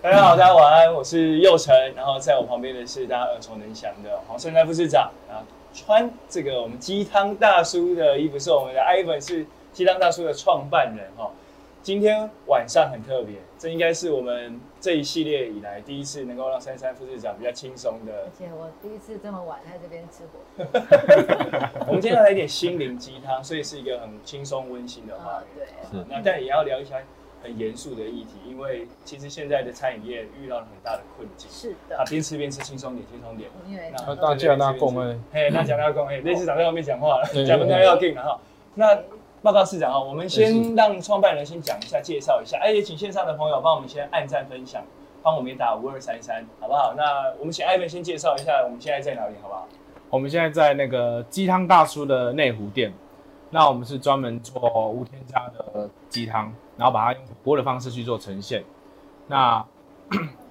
大家好，大家晚安，我是佑成，然后在我旁边的是大家耳熟能详的黄胜山副市长啊，穿这个我们鸡汤大叔的衣服是我们的 Ivan，是鸡汤大叔的创办人哈、今天晚上很特别，这应该是我们这一系列以来第一次能够让珊珊副市长比较轻松的而且我第一次这么晚在这边吃火锅，我们今天要来一点心灵鸡汤，所以是一个很轻松温馨的话题。啊对好那但也要聊一下很严肃的议题，因为其实现在的餐饮业遇到了很大的困境。是啊，的，边吃边吃，轻松点，轻松点。因为那那大家那共哎，嘿，那讲到讲，嘿，类市长在后面讲话了，嗯对讲不太要紧了哈。那对报告市长哈，我们先让创办人先讲一下，介绍一下。哎，也请线上的朋友帮我们先按赞分享，帮我们也打五二三三，好不好？那我们请艾文先介绍一下我们现在在哪里，好不好？我们现在在那个鸡汤大叔的内湖店，那我们是专门做无添加的鸡汤，然后把它用火锅的方式去做呈现。那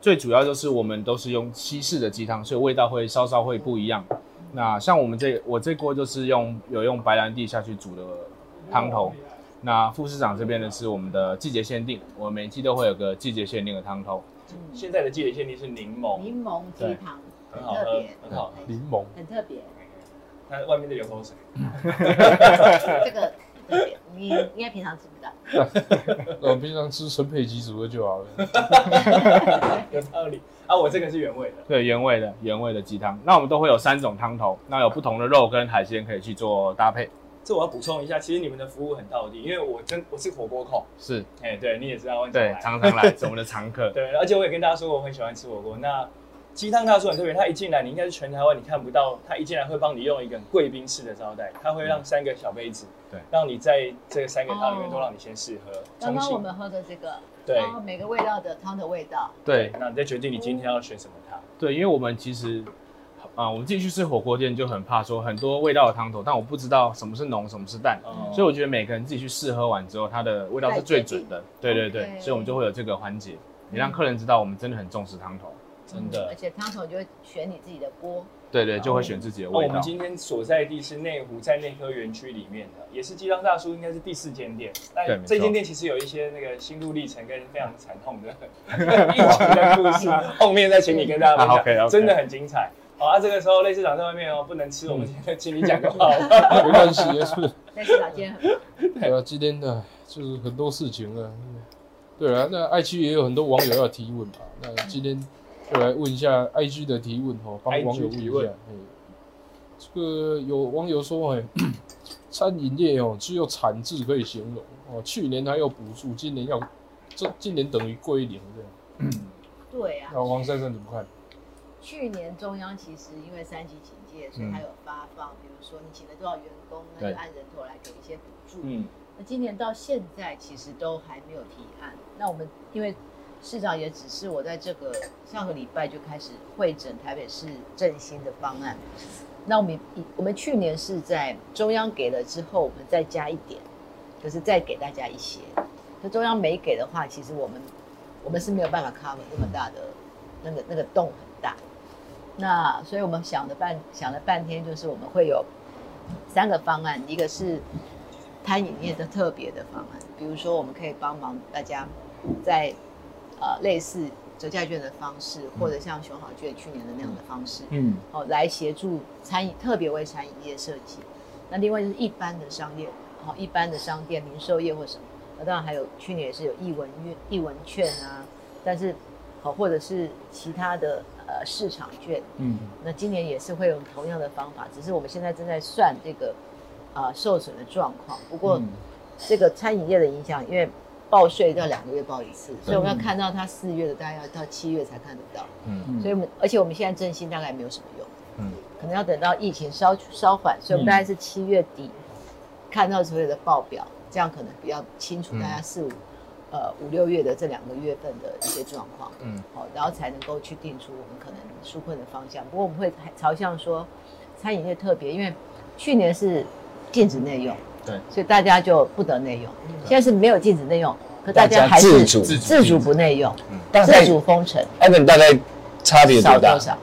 最主要就是我们都是用西式的鸡汤，所以味道会稍稍会不一样。那像我们这我这锅就是用有用白兰地下去煮的汤头，那副市长这边呢是我们的季节限定，我们每季都会有个季节限定的汤头，嗯现在的季节限定是柠檬，柠檬鸡汤很很好特喝别，，很好喝。柠檬。很特 别，那外面在流口水。这个很特别，你应该平常吃不到。我们平常吃陈佩琪煮的就好了。有道理啊，我这个是原味的，对，原味的原味的鸡汤。那我们都会有三种汤头，那有不同的肉跟海鲜可以去做搭配。这我要补充一下，其实你们的服务很到地，因为我真我是火锅控，是，哎、对你也知道，我很常对 来，常常来是我们的常 客。对，而且我也跟大家说我很喜欢吃火锅。那鸡汤大叔很特别，他一进来，你应该是全台湾你看不到，他一进来会帮你用一个很贵宾式的招待，他会让三个小杯子，对让你在这三个汤里面哦都让你先试喝，刚重刚我新们喝的这个，对然后每个味道的汤的味道，对那你再决定你今天要选什么汤。对，因为我们其实啊、我们进去吃火锅店就很怕说很多味道的汤头，但我不知道什么是浓，什么是淡。嗯，所以我觉得每个人自己去试喝完之后，它的味道是最准的。对对对 OK 所以我们就会有这个环节，也让客人知道我们真的很重视汤头。真的嗯而且汤头你就会选你自己的 锅，对对，好就会选自己的那味哦我道们。今天所在地是内湖，在内科园区里面的，也是鸡汤大叔应该是第四间店。对但没错这间店其实有一些那个心路历程跟非常惨痛的 一起的故事，啊 后面再请你跟大家分享，好，OK，OK 啊真的很精彩。好啊，这个时候类市长在外面哦，不能吃，我们今天请你讲就好了。没关系，就是但是老今天很忙对啊，今天呢，就是很多事情啊。对啊，那 IG 也有很多网友要提问吧？那今天就来问一下 IG 的提问哦，帮网友 IG 问提一问下。哎这个有网友说，哎， 餐饮业哦，只有惨字可以形容哦。去年还有补助，今年要，这今年等于归零这样。对啊，那王珊珊怎么看？去年中央其实因为三级警戒，所以它有发放，比如说你请了多少员工，那对就按人头来给一些补助。嗯，那今年到现在其实都还没有提案。那我们因为市长也只是我在这个上个礼拜就开始会诊台北市振兴的方案。那我们以我们去年是在中央给了之后，我们再加一点，就是再给大家一些。那中央没给的话，其实我们我们是没有办法 cover 那么大的那个那个洞很大。那所以我们想了半想了半天，就是我们会有三个方案，一个是餐饮业的特别的方案，比如说我们可以帮忙大家在呃类似折价券的方式，或者像熊好券去年的那样的方式， 嗯，哦，来协助餐饮，特别为餐饮业设计。那另外就是一般的商业，好、一般的商店、零售业或什么，那当然还有去年也是有艺文券、艺文券啊，但是好、或者是其他的呃市场券，嗯，那今年也是会用同样的方法，只是我们现在正在算这个呃受损的状况。不过、这个餐饮业的影响，因为报税要两个月报一次，所以我们要看到它四月的，大概要到七月才看得到。嗯所以我们而且我们现在振兴大概没有什么用，嗯可能要等到疫情稍稍缓，所以我们大概是七月底看到所有的报表，这样可能比较清楚大嗯家四五、呃五六月的这两个月份的一些状况，嗯，好，然后才能够去定出我们可能纾困的方向。不过我们会朝向说餐饮业特别，因为去年是禁止内用，对，所以大家就不得内用，现在是没有禁止内用，可大家还是嗯大家自主嗯自主不内用，大概自主封城， Evan 大概差别少多大多？少？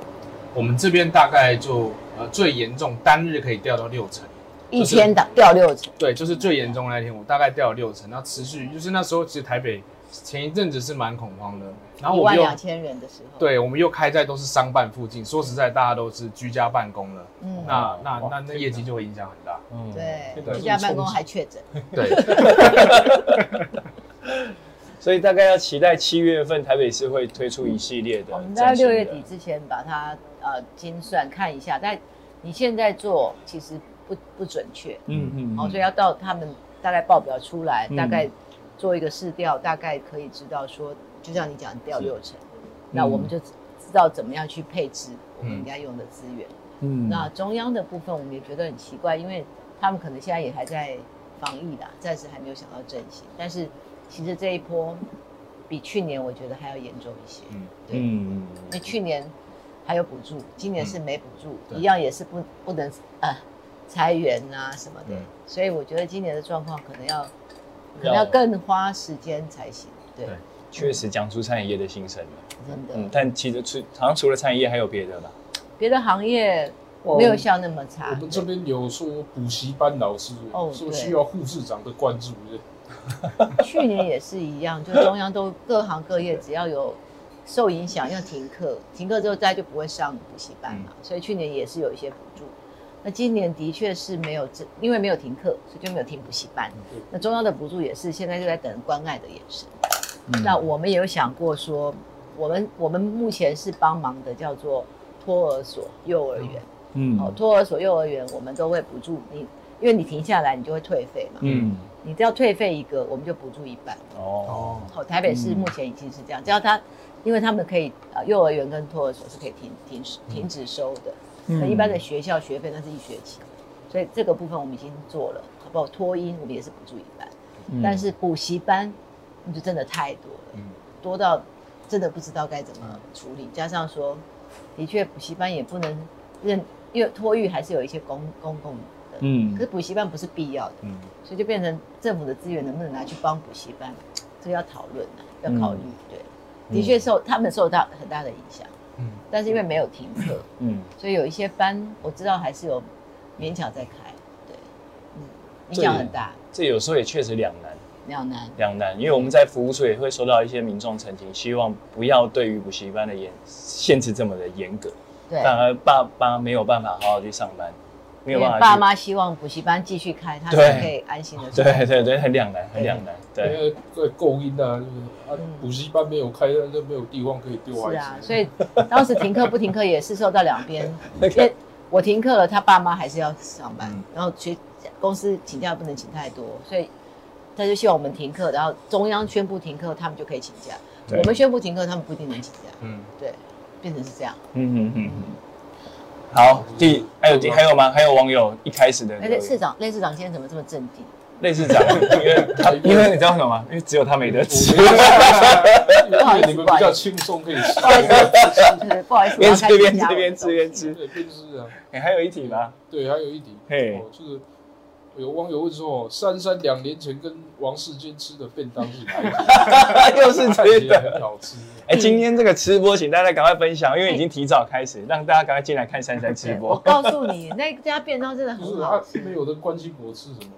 我们这边大概就呃最严重单日可以掉到六成。一天打掉六成，对，就是最严重那一天，我大概掉了六成，然后持续就是那时候其实台北前一阵子是蛮恐慌的，然后一我万们又两千人的时候，，对，我们又开在都是商办附近，说实在，大家都是居家办公了，嗯，那那哇那那业绩就会影响很大。嗯，对现在，居家这么办公冲击还确诊，对，所以大概要期待七月份台北市会推出一系列的我们大概崭新六的。月底之前把它呃精算看一下，但你现在做其实不不准确，嗯嗯，哦，所以要到他们大概报表出来，嗯大概做一个试调，大概可以知道说，就像你讲掉六成，那我们嗯就知道怎么样去配置我们应该用的资源。嗯那中央的部分我们也觉得很奇怪，因为他们可能现在也还在防疫啦，暂时还没有想到振兴，但是其实这一波比去年我觉得还要严重一些，嗯对，因嗯，为去年还有补助，今年是没补助，对一样也是不不能呃裁员啊什么的。对，所以我觉得今年的状况可能要可能要要更花时间才行。对，对确实讲出餐饮业的心声了。真的，嗯，但其实除好像除了餐饮业还有别的吧？别的行业没有像那么差我。们这边有说补习班老师啊哦说对需要护士长的关注，对去年也是一样，就中央都各行各业只要有受影响要停课，停课之后大家就不会上补习班嗯嘛，所以去年也是有一些补助。那今年的确是没有这，因为没有停课，所以就没有停补习班。嗯那中央的补助也是现在就在等关爱的眼神。嗯嗯那我们也有想过说，我们我们目前是帮忙的叫做托儿所、幼儿园。哦，嗯托儿所、幼儿园我们都会补助你，因为你停下来你就会退费嘛。嗯，你只要退费一个，我们就补助一半。哦，好，台北市嗯目前已经是这样，只要他，因为他们可以呃，幼儿园跟托儿所是可以停停嗯停止收的，那、一般的学校学费那是一学期，所以这个部分我们已经做了，好不好？托婴我们也是补助一半，嗯但是补习班那就真的太多了，嗯多到真的不知道该怎么处嗯理，加上说，的确补习班也不能认，因为托育还是有一些公公共的，嗯可是补习班不是必要的。嗯，所以就变成政府的资源能不能拿去帮补习班，这个要讨论啊，要嗯考虑。对，的确受他们受到很大的影响，嗯但是因为没有停课，嗯，所以有一些班我知道还是有勉强在开，对，嗯，影对响很大，这有时候也确实两难。两难。两难，因为我们在服务处也会收到一些民众澄清，希望不要对于补习班的严限制这么的严格，对，反而爸妈没有办法好好去上班，没有因办法为去。爸妈希望补习班继续开，他才可以安心的对对对，很两难，很两难。不对？对，因为够音啊，就是啊嗯，补习班没有开，那就没有地方可以丢孩是子。啊，所以当时停课不停课也是受到两边那个因为我停课了，他爸妈还是要上班，嗯然后学公司请假不能请太多，所以他就希望我们停课，然后中央宣布停课，他们就可以请假。对我们宣布停课，他们不一定能请假，嗯，对，变成是这样。嗯嗯嗯。好，第还有第还有吗？还有网友一开始的留而且言哎市长，内市长今天怎么这么镇定？类似长，因为他因为你知道为什么吗？因为只有他没得吃，不好意因思为你们比较轻松可以吃，对，不好意思，我边要吃开始边吃加我的边吃东西边吃。对，便是啊。哎，还有一题 吗？对，还有一题，嘿哦，就是有网友问说，珊珊两年前跟王世坚吃的便当是哪一家？又是看吃起来的。很好吃。 哎，今天这个吃播，请大家赶快分享，因为已经提早开始，让大家赶快进来看珊珊吃对播我。 告诉你，那家便当真的不很是好啊吃，，没有的关心我吃什么？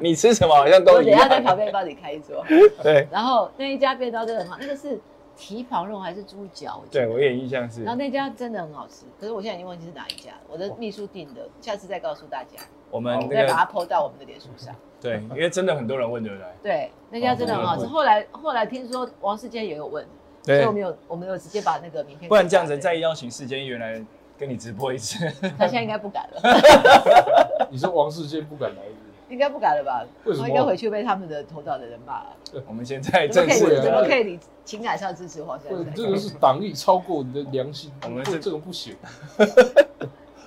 你吃什么好像我都一等一下在旁样。边帮你开一桌。对然后那一家便当真的很好，那个是蹄膀肉还是猪脚？我记得对，我也印象是然，后那家真的很好吃，可是我现在已经忘记是哪一家，我的秘书订的，下次再告诉大家，我们我哦那再把个它 PO 到我们的脸书上。对，因为真的很多人问，对不对？ 对，那家真的很好吃。哦后来后来听说王世坚也有问，所以我们有我们有直接把那个名片。不然这样子再，邀请世间原来跟你直播一次， 他现在应该不敢了， 你说王世坚不敢来是不是？应该不敢了吧？为什么我应该回去被他们的头脑的人骂了。我们现在怎正么可式以对啊怎么的，可以你情感上支持黄珊对，珊？这个是党意超过你的良心，我我们们是这个不行。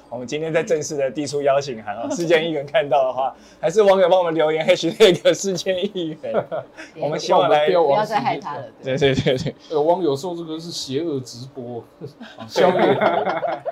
我们今天在正式的递出邀请函啊，世间议员看到的话， 还是网友帮我们留言 #hashtag 世间议员，别我们希那望我们不要不要王世再害坚。他了。 对对对对对，有网友说这个是邪恶直播，消灭我。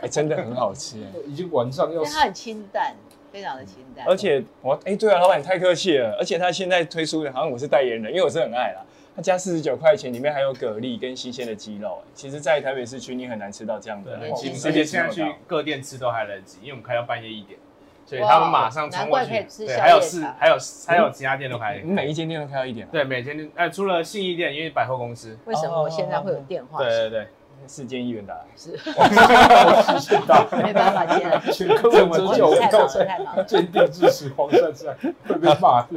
哎，真的很好吃哎。已经晚上要因为死他。很清淡，非常的清淡。而且我哎、对啊，老板你太客气了。而且他现在推出的，好像我是代言人，因为我是很爱啦。他加四十九块钱，里面还有蛤蜊跟新鲜的鸡肉、哎其实，在台北市区你很难吃到这样的，对，啊其其实实世世界界吃现在不去到。各店吃都还来得及，因为我们开到半夜一点。所以他们马上冲过哇难怪可去以。吃对，宵还有夜是场还有还有其他店都开。你每一间店都开到一点啊？对，每天就哎，除了信义店，因为百货公司。为什么我现在会有电哦话？对对对，四间一元达，是知道，没办法接 了，请柯文哲我叫我太忙到了，太忙了。坚定支持黄珊珊，会被骂的。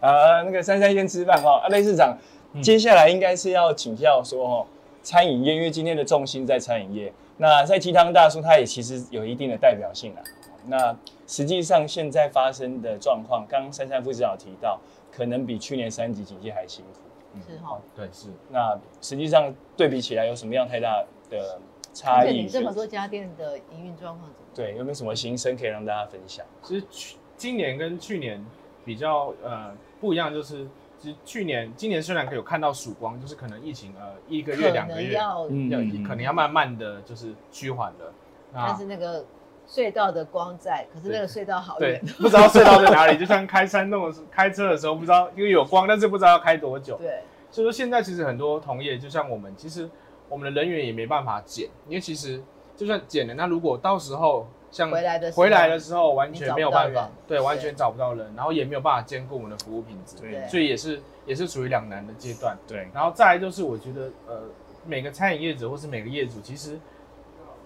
啊，那个珊珊先吃饭哈。啊，类市长，接下来应该是要请教说哦，餐饮业，因为今天的重心在餐饮业。那在鸡汤大叔，他也其实有一定的代表性啊。那实际上现在发生的状况，刚刚珊珊副市长提到，可能比去年三级警戒还辛苦。嗯是哈，对是。那实际上对比起来，有什么样太大的差而且异？你这么多家店的营运状况怎么？对，有没有什么心声可以让大家分享？其实去今年跟去年比较呃不一样，就是其实去年今年虽然可以有看到曙光，就是可能疫情呃一个月可两个能月要要，嗯可能要慢慢的就是趋缓了。但那是那个隧道的光在，可是那个隧道好啊对远。，不知道隧道在哪里，就像开山洞的时候开车的时候不知道，因为有光，但是不知道要开多久。对，所以说现在其实很多同业，就像我们，其实我们的人员也没办法减，因为其实就算减了，那如果到时候像回来的时候嗯回来的时候完你找全不没有到办法人，对，完对全找不到人，然后也没有办法兼顾我们的服务品质，对所以也是也是处于两难的阶段。对，然后再来就是我觉得呃，每个餐饮业者或是每个业主其实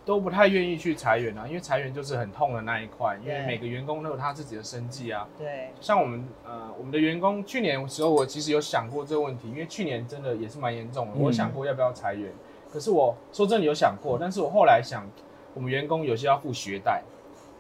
都不太愿意去裁员啊，因为裁员就是很痛的那一块，因为对每个员工都有他自己的生计啊，对，像我们呃，我们的员工去年的时候，我其实有想过这个问题，因为去年真的也是蛮严重的，嗯我想过要不要裁员。可是我说真的有想过，但是我后来想，我们员工有些要付学贷，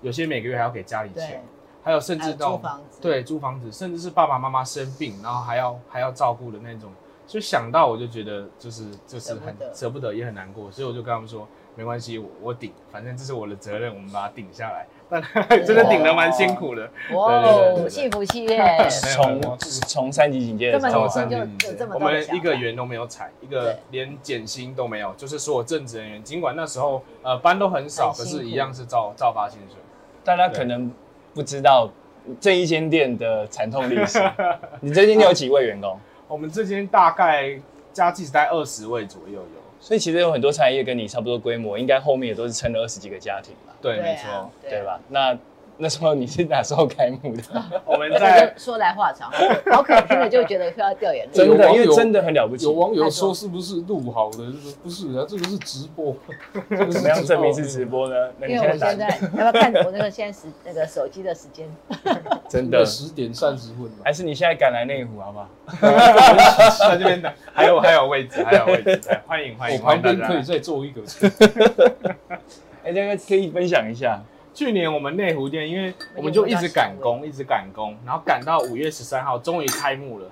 有些每个月还要给家里对钱，，还有甚还至有到租房子，，对租房子，甚至是爸爸妈妈生病，然后还要还要照顾的那种，就想到我就觉得就是就是舍不很得舍不得，也很难过，所以我就跟他们说。没关系，我我顶，反正这是我的责任，我们把它顶下来。但 真的顶得蛮辛苦的，哇对对对哦，对对幸福 企业从从三级警戒的这 时么候年啊，哦轻就有这么我多的们想一法个员都没有裁，一个对连减薪都没有，就是所有正职人员，尽管那时候呃班都很少，很可辛苦是一样是照照发薪水。大家可能不知道这一间店的惨痛历史。你这间店有几位员工？我们这间大概加计时大概二十位左右有，所以其实有很多餐饮业跟你差不多规模，应该后面也都是撑了二十几个家庭吧，对，对没啊 错。，对？吧？那那时候你是哪时候开幕的？我们这在就说来话长，好可好可听了就觉得快要掉眼泪。真有的，网因为友真的很了不起有。啊网友说是不是录好的？不是啊，这个是直播，怎怎么样证明是直？播呢？那你因为我打现在要不要看我那个现在时那个手机的时间？真的的，十点三十分了，还是你现在赶来内湖好不好？呃在这边的，还有还有位置，还有位置，哎欢迎欢我迎旁欢迎大边可以家。再做 一个。哎，这个可以分享一下。去年我们内湖店，因为我们就一直赶哎工，一直赶工，然后赶到五月十三号，终于开幕了。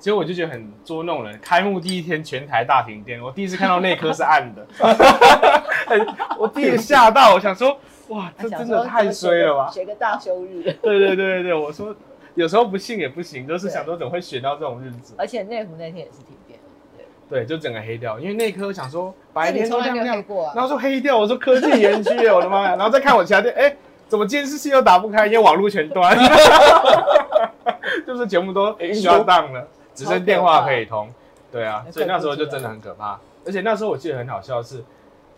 结果我就觉得很捉弄人。开幕第一天，全台大停电，我第一次看到内科是暗的，哎 我第一次吓到，我想说， 哇，这真的太衰了吧！学个大休日，对对对对，我说有时候不信也不行，就是想说怎么会选到这种日子？而且内湖那天也是停电。对对，就整个黑掉，因为内科想说白天都这你从来亮没有亮黑，过然啊？后说黑掉，我说科技园区耶，我的 妈呀！然后再看我其他店，哎，怎么监视器又打不开，因为网络 全断，就是全部都哎运输 shut down 了，只剩电话可以通。对啊，所以那时候就真的很可怕。而且那时候我记得很好笑的是，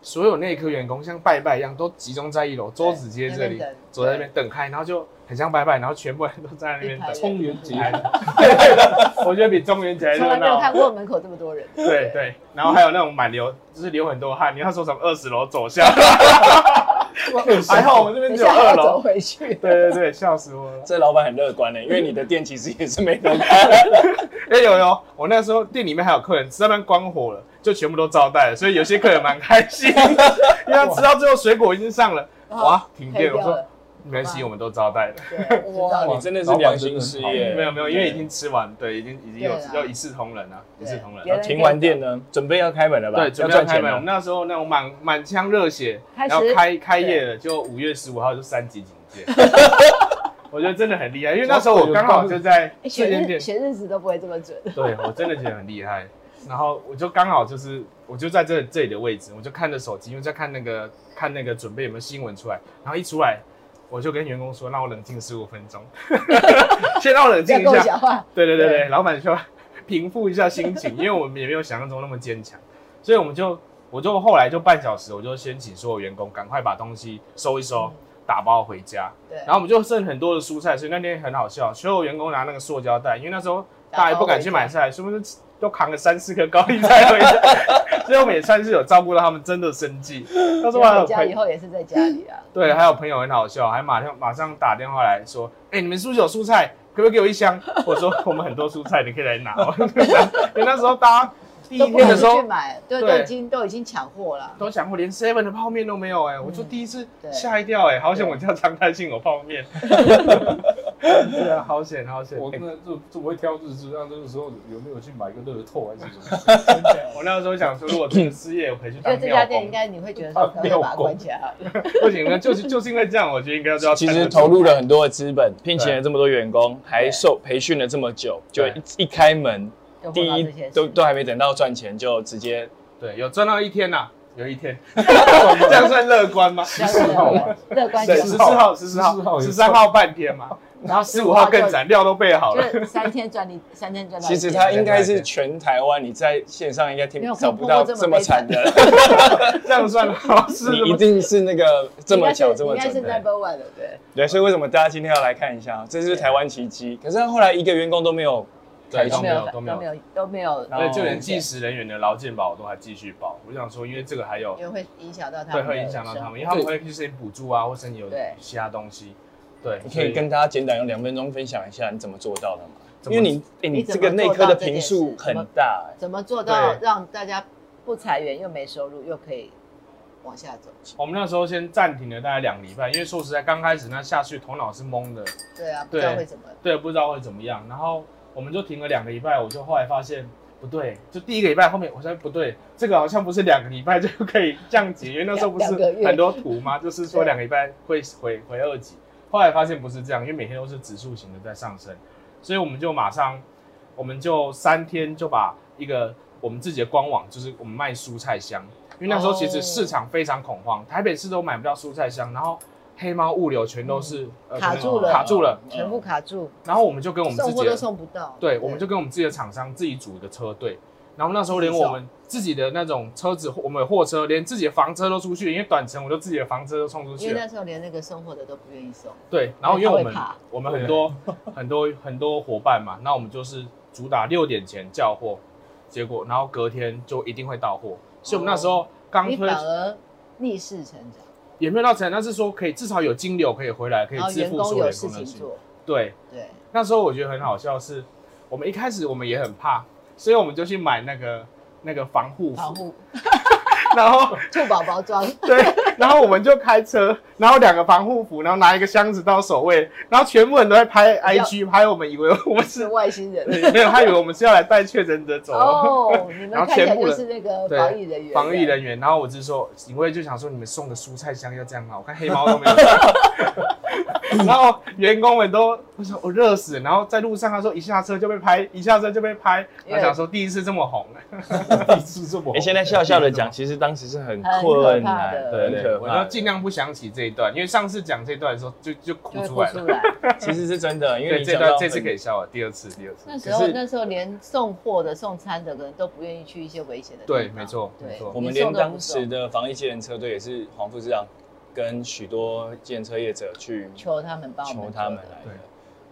所有内科员工像拜拜一样，都集中在一楼桌子街这那边里等，走在那边等开，然后就很像拜拜，然后全部人都在那边一排等人。中元节哎对对 对 我觉得比中元节还从热来没有闹。看过门口这么多人。 对对，然后还有那种满流，就是流很多汗，你要说从二十楼走下， 还好我们等这边一只有下二要走楼。回去。对对对，笑死我了。这老板很乐观的，欸因为你的店其实也是没人开。哎、有有，我那时候店里面还有客人，吃到半关火了，就全部都招待了，所以有些客人蛮开心，因为他吃到最后水果已经上了，哇，停哦黑电，我掉说了。没关系，我们都招待了。对，知道哇，了你真的是良心事老板真的业。没有没有，因为已经吃完，对，已经已经有对啦要一视同仁啊，一对视同别仁。人停完店呢，准备要开门了吧？对，准备要赚开钱门。我了们。那时候那种满满腔热血，开然始后开开业了，就五月十五号就三级警 戒。我觉得真的很厉害，因为那时候我刚好就在哎这选间日店，选日子都不会这么准。对我真的觉得很厉害。然后我就刚好就是，我就在这这里的位置，我就看着手机，因为在看那个看那个准备有没有新闻出来。然后一出来，我就跟员工说，让我冷静十五分钟， 先让我冷不要静一跟我下。讲话。对对对对对，老板说 平复一下心 情，因为我们也没有想象中那么坚强，嗯所以我们就我就后来就半小时，我就先请所有员工赶快把东西收一收，打包回家。对，然后我们就剩很多的蔬菜，所以那天很好笑，所有员工拿那个塑胶袋，因为那时候大家也不敢去买菜，是不是都扛了三四颗高丽菜回家？ 所以我们也算是有照顾到他们真的生计。那时候还有回家朋以后也是在家里 啊，对，还有朋友很好笑，还马上马上打电话来说，哎、你们是不是有蔬菜？可不可以给我一箱？ 我说我们很多蔬菜，你可以来拿 哦。因为那时候大家第都一不天敢的时候去买，对，对都已经都已经抢货了。都想过连 seven 的泡面都没有哎、我就第一次对吓一跳哎、好险我叫常态性有泡 面。对啊，好险好险！我哎那这这我会挑日子，那这个时候有没有去买个乐透还是什么？ 哎我那时候想说，如果真的失业，我可以去所当以这庙家店工应。该你会觉 得说可能会把它关起来，不行，那就是就是因为这样，我觉得应该就要其参实加投入了很多的资本，聘请了这么多员工，还受培训了这么久，就对一一开门，就第碰到一这些事都都还没等到赚钱，就直接对有赚到一天呐、有一天， 这样算乐观吗？这样子乐观对，点十是四号、十四14号、号十有三号半天嘛，然后十五号更就惨，料都备好了。就是三天赚你三天赚到一其千。实他应该是全台湾，你在线上应该没听有找不到碰过这么这么惨的， 这样算好事你一定是那 个这么巧这么应该是准应该是的。 number one 的，对，对，所以为什么大家今天要来看一下？这是台湾奇迹。可是他后来一个员工都没有对开都除没，有都都没没有有都没有，然对，后就连计时人员的劳健保我都还继续保。我想说，因为这个还有因为会影响到他对们，会影响到他们，因为他们会去申请补助啊，或申请有对其他东西。对，你可以跟大家简短用两分钟分享一下你怎么做到的吗？怎因么为你，哎你你怎这个么内做科到的这频件数事怎很么大，哎怎么做到对让大家不裁员又没收入，又可以往下走？我们那时候先暂停了大概两个礼拜，因为说实在，刚开始那下去头脑是懵的，对啊，不知道会怎么。对，不知道会怎么样。然后我们就停了两个礼拜，我就后来发现不对，就第一个礼拜后面我说不对，这个好像不是两个礼拜就可以降级，因为那时候不是两个月很多图吗？就是说对两个礼拜会回回二级。后来发现不是这样，因为每天都是指数型的在上升，所以我们就马上，我们就三天就把一个我们自己的官网，就是我们卖蔬菜箱，因为那时候其实哦市场非常恐慌，台北市都买不到蔬菜箱，然后黑猫物流全都是、呃卡可能住了卡住了。全部卡住，然后我们就嗯跟我们自送己货的都送不到。对，我们就跟我们自己的厂商自己组一个车队，然后那时候连自己我送们自己的那种车子，我们有货车，连自己的房车都出去，因为短程我就自己的房车都冲出因去为了。那时候连那个送货的都不愿意送，对，然后因为我因为们他会怕我们很多 很多很多伙伴嘛，那我们就是主打六点前叫货，结果然后隔天就一定会到货，所以我们那时候刚哦你推反而逆势成长，也没有到成，但是说可以至少有金流可以回来，可以然后支哦员付所工有有员事工的情薪做，对，对，那时候我觉得很好笑是，我们一开始我们也很怕，所以我们就去买那个那个防护保服，护然后兔宝宝装，对，然后我们就开车，然后两个防护服，然后拿一个箱子到守卫，然后全部人都在拍 IG 拍我们，以为我们是是外星人。 对没有，他以为我们是要来带确诊者走。哦，你们然后看起来全部就人是那个对防疫人员，防疫人员，然后我就说，因为就想说你们送的蔬菜箱要这样吗？我看黑猫都没有这 样。然后员工们都我想我热死了，然后在路上他说一下车就被拍，一下车就被拍，我想说第一次这么红， 第一次这么哎，现在笑笑的讲，其实当时是很很可困怕难，的对对很对，可我怕要的。尽量不想起这一段，因为上次讲这段的时候就就就哭会出来哭出了。来。 其实是真的，因为对，你这讲到段很这次可以笑了，第二次，第二次。那时候可是那时候连送货的、送餐的，可能都不愿意去一些危险的地方。对没错嗯对没错我们连当时的防疫机人车队也是黄副市长跟许多机人车业者去求他们帮我们求做的，他们来的。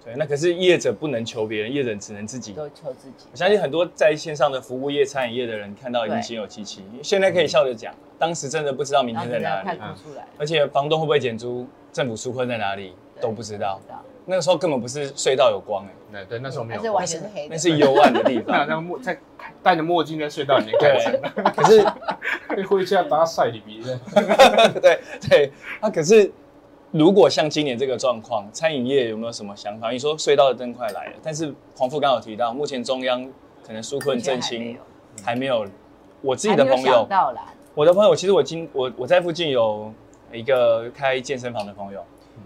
对，那可是业者不能求别人，业者只能自己。都求自己我。相信很多在线上的服务业、餐饮业的人看到已经心有戚戚。现在可以笑着讲，当时真的不知道嗯明然后天你在这哪样快里，嗯哭出来，而且房东会不会减租，政府纾困在哪里对都不知道。那个时候根本不是隧道有光哎、对对，那时候没但有是哭。完全是黑的。那是幽暗的地 那好方。像墨在戴着墨镜在隧道里面看对着。，可是被哎回家打晒里面，对对，那、可是如果像今年这个状况，餐饮业有没有什么想法？你说隧道的灯快来了，但是黄富刚有提到，目前中央可能纾困振兴还没有。我自己的还没有朋友想，到啦，我的朋友，其实我今我我在附近有一个开健身房的朋友，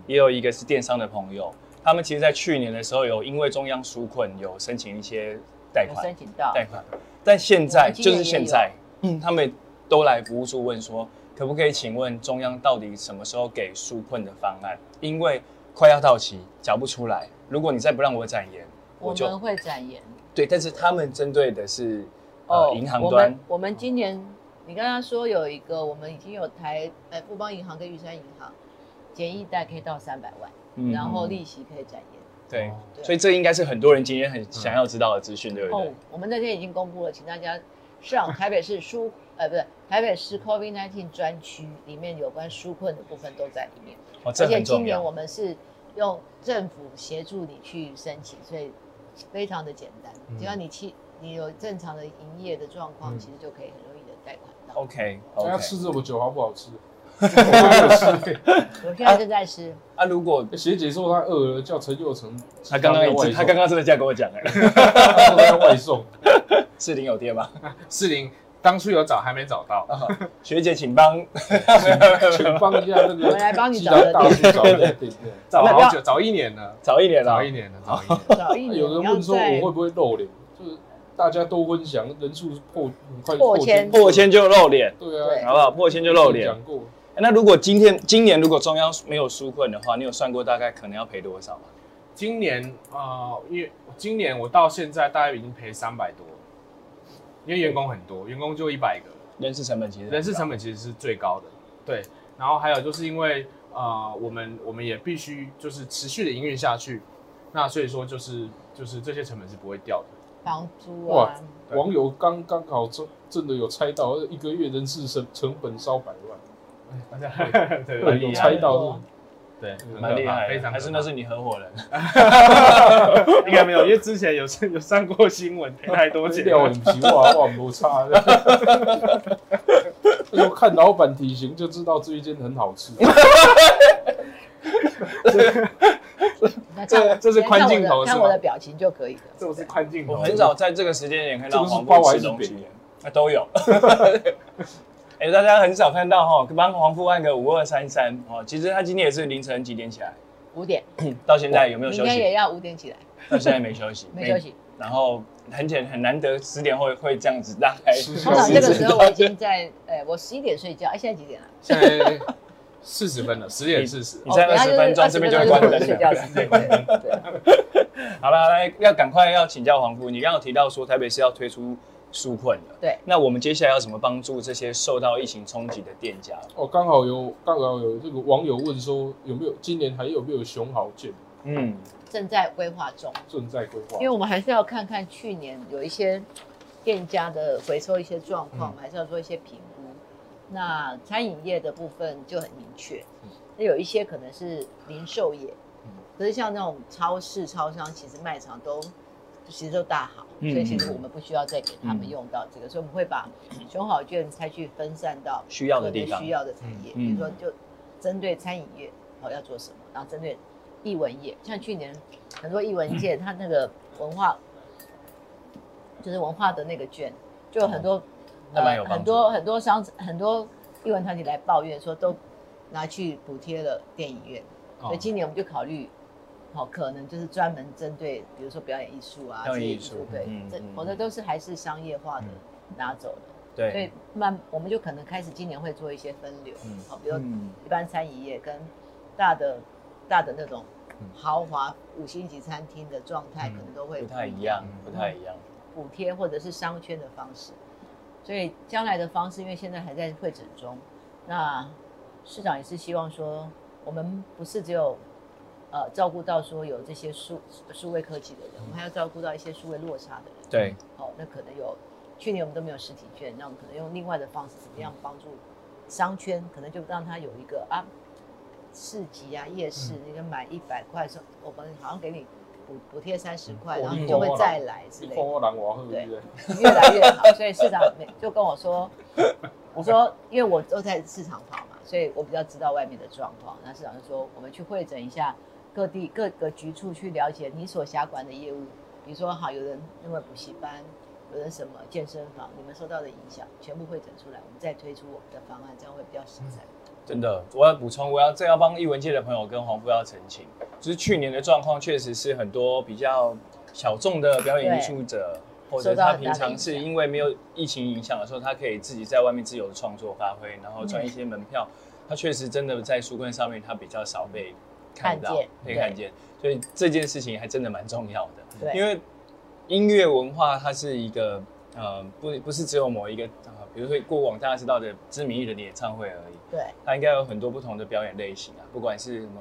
也有一个是电商的朋友，他们其实在去年的时候有因为中央纾困有申请一些贷有款，申请到，贷款，但现在我们今就年是现在，嗯，他们都来服务处问说，可不可以请问中央到底什么时候给纾困的方案？因为快要到期，缴不出来，如果你再不让我展延，我我就们会展延。对。但是他们针对的是哦呃，银行我端们，我们今年，你刚刚说有一个，我们已经有台呃富邦银行跟玉山银行，简易贷可以到三百万，嗯然后利息可以展延。对，对所以这应该是很多人今天很想要知道的资讯，对不对哦？，我们那天已经公布了，请大家上台北市纾呃不是台北市 COVID-19 专区里面有关纾困的部分都在里面，哦，这而且很今重年我要。们是用政府协助你去申请，所以非常的简单，嗯只要你去你有正常的营业的状况，其实就可以很容易的贷款到。 OK 大 OK 家。哎吃这么久好不好吃？我没有吃。我现在正在吃，啊，如果欸学姐说她饿了，叫陈佑成。他刚刚也外知送他刚刚真的 这样跟我讲，哎，他说他要外送，是林有爹吧？四零当初有找还没找到，学姐，请帮请帮一下那我个们来帮你鸡找个蛋大地叔找个店。 对找哦不要好久，找一年了，早一点哦啦找一。年了，早一年。 找一那年，哎有人你要问说我在会不会露脸，就是大家都分享，人数破很快破千千，破千就露脸，对对啊，好不好？破千就露脸。哎讲过，那如果今天今年如果中央没有纾困的话，你有算过大概可能要赔多少吗？今年啊、呃因为今年我到现在大概已经赔三百多，因为员工很多，员工就一百个，人事成本其实人事成本其实是最高的，对。然后还有就是因为呃，我们我们也必须就是持续的营运下去，那所以说就是就是这些成本是不会掉的。房租啊，对网友刚刚好真真的有猜到，一个月人事成成本烧百万，大家对对，有猜到哦是 对，很可怕蛮厉害的，非常可怕还是那是你合伙人？应该没有，因为之前有有上过新闻，赔太多钱料很皮哇哇不差。 要看老板体型就知道这一间很好吃，那这看这是宽镜头看是我的看我吗的表情就可以了。这种是宽镜头，我很少在这个时间点看到黄这个是包富还吃是东西饼，啊都有。 哎、大家很少看到哈，帮黄富按个五二三三哦。其实他今天也是凌晨几点起来，五点，到现在有没有明休天也息？要五点起来，到现在没休息，没休。息。然后很简很难得十点会会这样子大概。是通常这个时候我已经在，呃，我十一点睡觉，哎，现在几点了？现在四十分了，十点四十。你再哦等二下十分钟，这边就会关20灯分钟就睡觉了。时间。对对，好了，来要赶快要请教黄富，你刚刚有提到说台北市要推出纾困的，对那我们接下来要怎么帮助这些受到疫情冲击的店家？哦，刚好有刚好有这个网友问说，有没有今年还有没有熊好券嗯，正在规划中，正在规划因为？我们还是要看看去年有一些店家的回收一些状况，我们还是要做一些评估。那餐饮业的部分就很明确，那有一些可能是零售业，可是像那种超市、超商，其实卖场都其实都大好，所嗯以其实我们不需要再给他们用到这个，所以我们会把熊好券拆去分散到需要特的地别方需。要的产业，嗯比如说就针对餐饮业哦要做什么，然后针对艺文业，像去年很多艺文界它那个文化就是文化的那个券，就有很多、哦呃那蛮有帮助很多很多商很多艺文团体来抱怨说都拿去补贴了电影院，啊所哦以今年我们就考虑。好，可能就是专门针对，比如说表演艺术啊，表演这些艺术对，嗯这嗯我的都是还是商业化的拿走的。所以对，慢，我们就可能开始今年会做一些分流嗯，好、比如一般餐饮业跟大的大的那种豪华五星级餐厅的状态，可能都会嗯嗯不太一样，不太一样。补贴或者是商圈的方式。所以将来的方式，因为现在还在会诊中，那市长也是希望说，我们不是只有呃照顾到说有这些数数位科技的人，我们还要照顾到一些数位落差的人。对，哦，那可能有去年我们都没有实体券，那我们可能用另外的方式，怎么样嗯帮助商圈，可能就让他有一个啊市集啊夜市，嗯你就买一百块，说我们好像给你补补贴三十块，嗯然后你就会嗯再来之你类看的，我人我好，对不对？越来越好。所以市长每就跟我说，我说因为我都在市场跑嘛，所以我比较知道外面的状况。那市长就说，我们去会诊一下各地各个局处，去了解你所辖管的业务。比如说，好，有人因为补习班，有人什么健身房，你们受到的影响，全部会诊出来，我们再推出我们的方案，这样会比较实在。真的，我要补充，我要这要帮艺文界的朋友跟黄富要澄清，就是去年的状况确实是很多比较小众的表演艺术者，或者受到他很大平的常是因为没有疫情影响的时候，他可以自己在外面自由的创作发挥，然后赚一些门票。他确实真的在书柜上面，他比较少被看到看见、被对看见，所以这件事情还真的蛮重要的。对，因为音乐文化它是一个呃，不不是只有某一个，呃，比如说过往大家知道的知名艺人的演唱会而已，对，它应该有很多不同的表演类型啊，不管是什么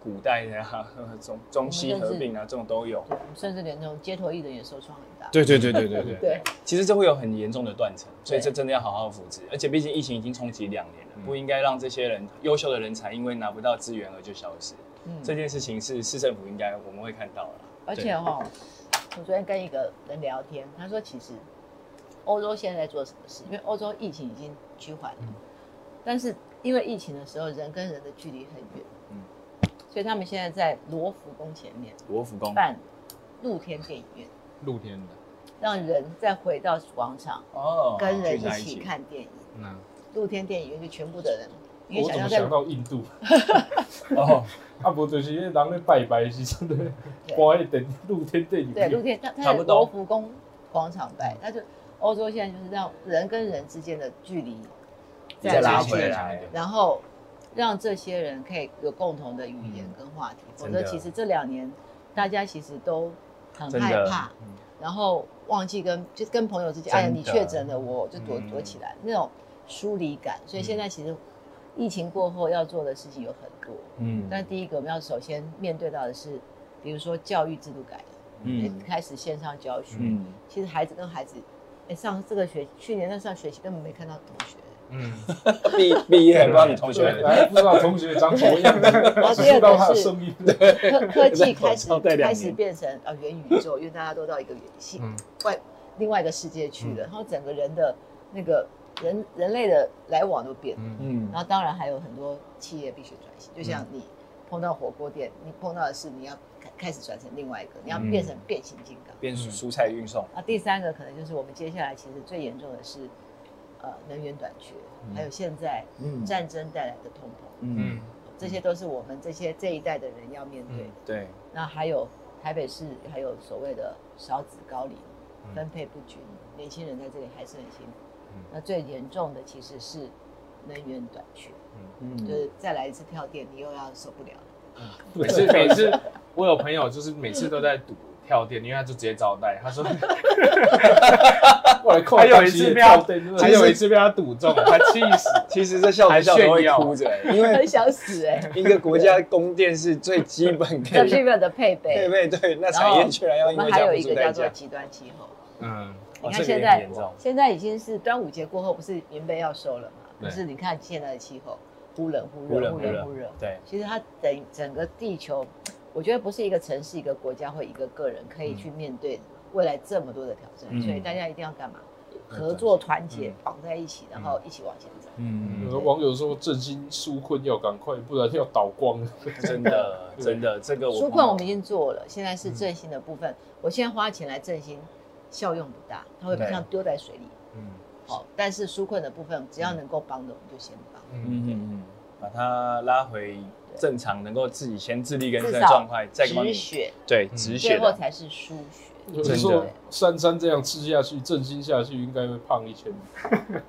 古古代的啊， 中中西合并啊，这种都有。对我们甚至连那种街头艺人也受创很大。对对对对对对对，其实这会有很严重的断层，所以对这真的要好好扶持。而且毕竟疫情已经冲击两年了，嗯不应该让这些人优秀的人才因为拿不到资源而就消失。嗯这件事情是市政府应该我们会看到了。而且哈、我昨天跟一个人聊天，他说其实欧洲现在在做什么事？因为欧洲疫情已经趋缓了，但是因为疫情的时候人跟人的距离很远，嗯所以他们现在在罗浮宫前面罗浮宫办露天电影院，露天的，让人再回到广场哦跟人聚在一起看电影。嗯，露天电影院就全部的人，你可以我怎想么象想在到印度？ 哦，啊，不就是人咧拜拜的时阵咧对，播迄电露天电影对院。露天，他他差嗯在不多罗浮宫广场拜，他就欧洲现在就是让人跟人之间的距离 再拉拉近回来然后让这些人可以有共同的语言跟话题。否真则的其实这两年大家其实都很真害的怕，然后忘记跟就跟朋友之间，真哎的呀你确诊了，我就躲嗯躲起来，那种疏离感。所以现在其实疫情过后要做的事情有很多，嗯但第一个我们要首先面对到的是，比如说教育制度改了。嗯开始线上教学，嗯，其实孩子跟孩子，哎，上这个学去年那上学期根本没看到同 学。嗯，毕毕业不知道你同对，学啊还不知道同学长什么样子， 后只第二知道他个的是声音。科科技开始口罩戴两年开始变成呃元宇宙，因为大家都到一个元系嗯外另外一个世界去嗯了，然后整个人的那个人人类的来往都变了，嗯嗯然后当然还有很多企业必须转型，就像你碰到火锅店，你碰到的是你要开开始转成另外一个，你要嗯变成变形金刚。变蔬菜运送，那第三个可能就是我们接下来其实最严重的是，呃，能源短缺，还有现在嗯战争带来的通膨，嗯嗯嗯，这些都是我们这些这一代的人要面对的。对，那还有台北市还有所谓的少子高龄，嗯分配不均，年轻人在这里还是很辛苦。嗯那最严重的其实是能源短缺，就嗯是再来一次跳电，你又要受不了 了。每次每次我有朋友就是每次都在赌跳电，因为他就直接招待，他说我来看还有一次被他跳电，还有一次被他赌中，他气死。 其实这笑着笑着会啊哭着，因为很想 死哎、一个国家供电是最基本这的，是本的配 对备。对对，那然产后业居然要我因为们这还样有付一出个代价叫做，极端气候，嗯，哦你这个也看现很在严重现在已经是端午节过后，不是棉被要收了嘛？可对是你看现在的气候，忽冷忽忽热，冷忽忽冷热忽热。对，其实它整整个地球，我觉得不是一个城市、一个国家或一个个人可以去面对未来这么多的挑战，嗯所以大家一定要干嘛？合作团结，绑在一起，然后一起往前走。嗯，有网友说振兴纾困要赶快，不然要倒光了。 真 的真的，这个纾困我们已经做了，现在嗯是振兴的部分。我现在花钱来振兴，效用不大，它会对像丢在水里。嗯好，但是纾困的部分，只要能够帮的，我们就先帮。嗯嗯嗯嗯，把它拉回正常，能够自己先自力更生的至少状态，再帮止你血，对止最血后的，才是输血。有真人的说珊珊这样吃下去，振兴下去应该会胖一千。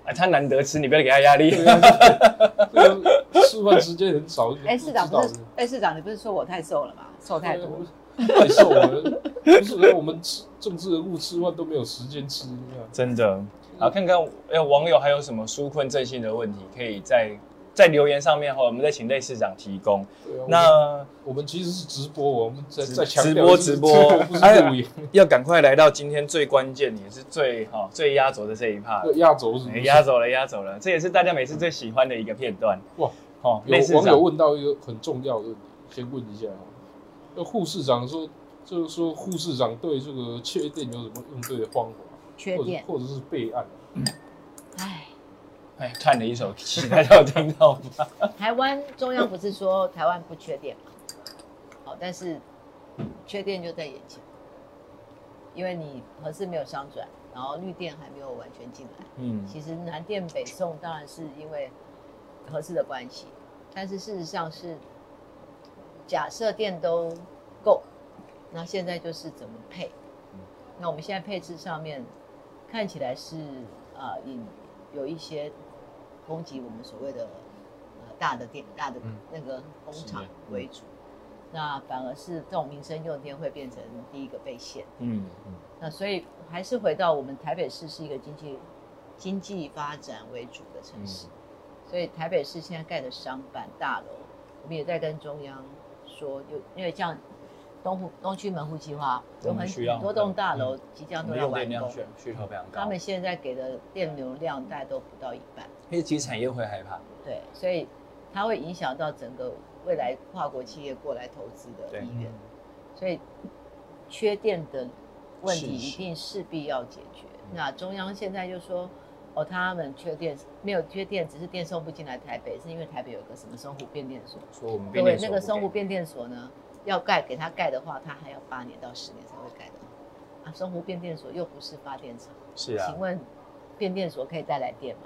哎，他难得吃，你不要给他压力。这个吃饭时间很少，哎，市长不不知是道，嗯哎，市长，你不是说我太瘦了吗？瘦太多了。太瘦了，不是我哦们吃政治人物吃饭都没有时间吃，你看。 真的。好，看看哎，网友还有什么纾困振兴的问题，可以在在留言上面哈，我们再请类市长提供。对啊那我们其实是直播，我们在直在强调直播是直播不是录影，要赶快来到今天最关键也是最哈最压轴的这一趴，压轴是不哎是压走了压走了，这也是大家每次最喜欢的一个片段。哇！哦，类市有网友长，问到一个很重要的问题，先问一下哈。那护士长说，就是说护士长对这个缺电有什么应对的方法，缺或者电，或者是备案？哎，哎，叹了一手气，大家有听到吗？台湾中央不是说台湾不缺电吗？好，但是缺电就在眼前，因为你核四没有商转，然后绿电还没有完全进来。嗯其实南电北送当然是因为核四的关系，但是事实上是假设电都够，那现在就是怎么配？那我们现在配置上面看起来是呃引有一些攻击我们所谓的呃大的电大的那个工厂为主，那反而是这种民生用电会变成第一个被限。嗯嗯那所以还是回到我们台北市是一个经济经济发展为主的城嗯市，所以台北市现在盖的商办大楼，我们也在跟中央说，有因为像东湖东区门户计划，有我很们需要嗯很多栋大楼即我将都们要用完电量工，需需求非常高，他们现在给的电流量大概都不到一半，因为其实产业会害怕，对，所以它会影响到整个未来跨国企业过来投资的对意愿，所以缺电的问题是是嗯一定势必要解决。那中央现在就说，哦，他们缺电没有缺电，只是电送不进来台北，是因为台北有个什么松湖变电所，说我们各变位电所那个不松湖给变电所呢，要盖给他盖的话，他还要八年到十年才会盖得好。啊，松湖变电所又不是发电厂，是啊请，问变电所可以带来电吗？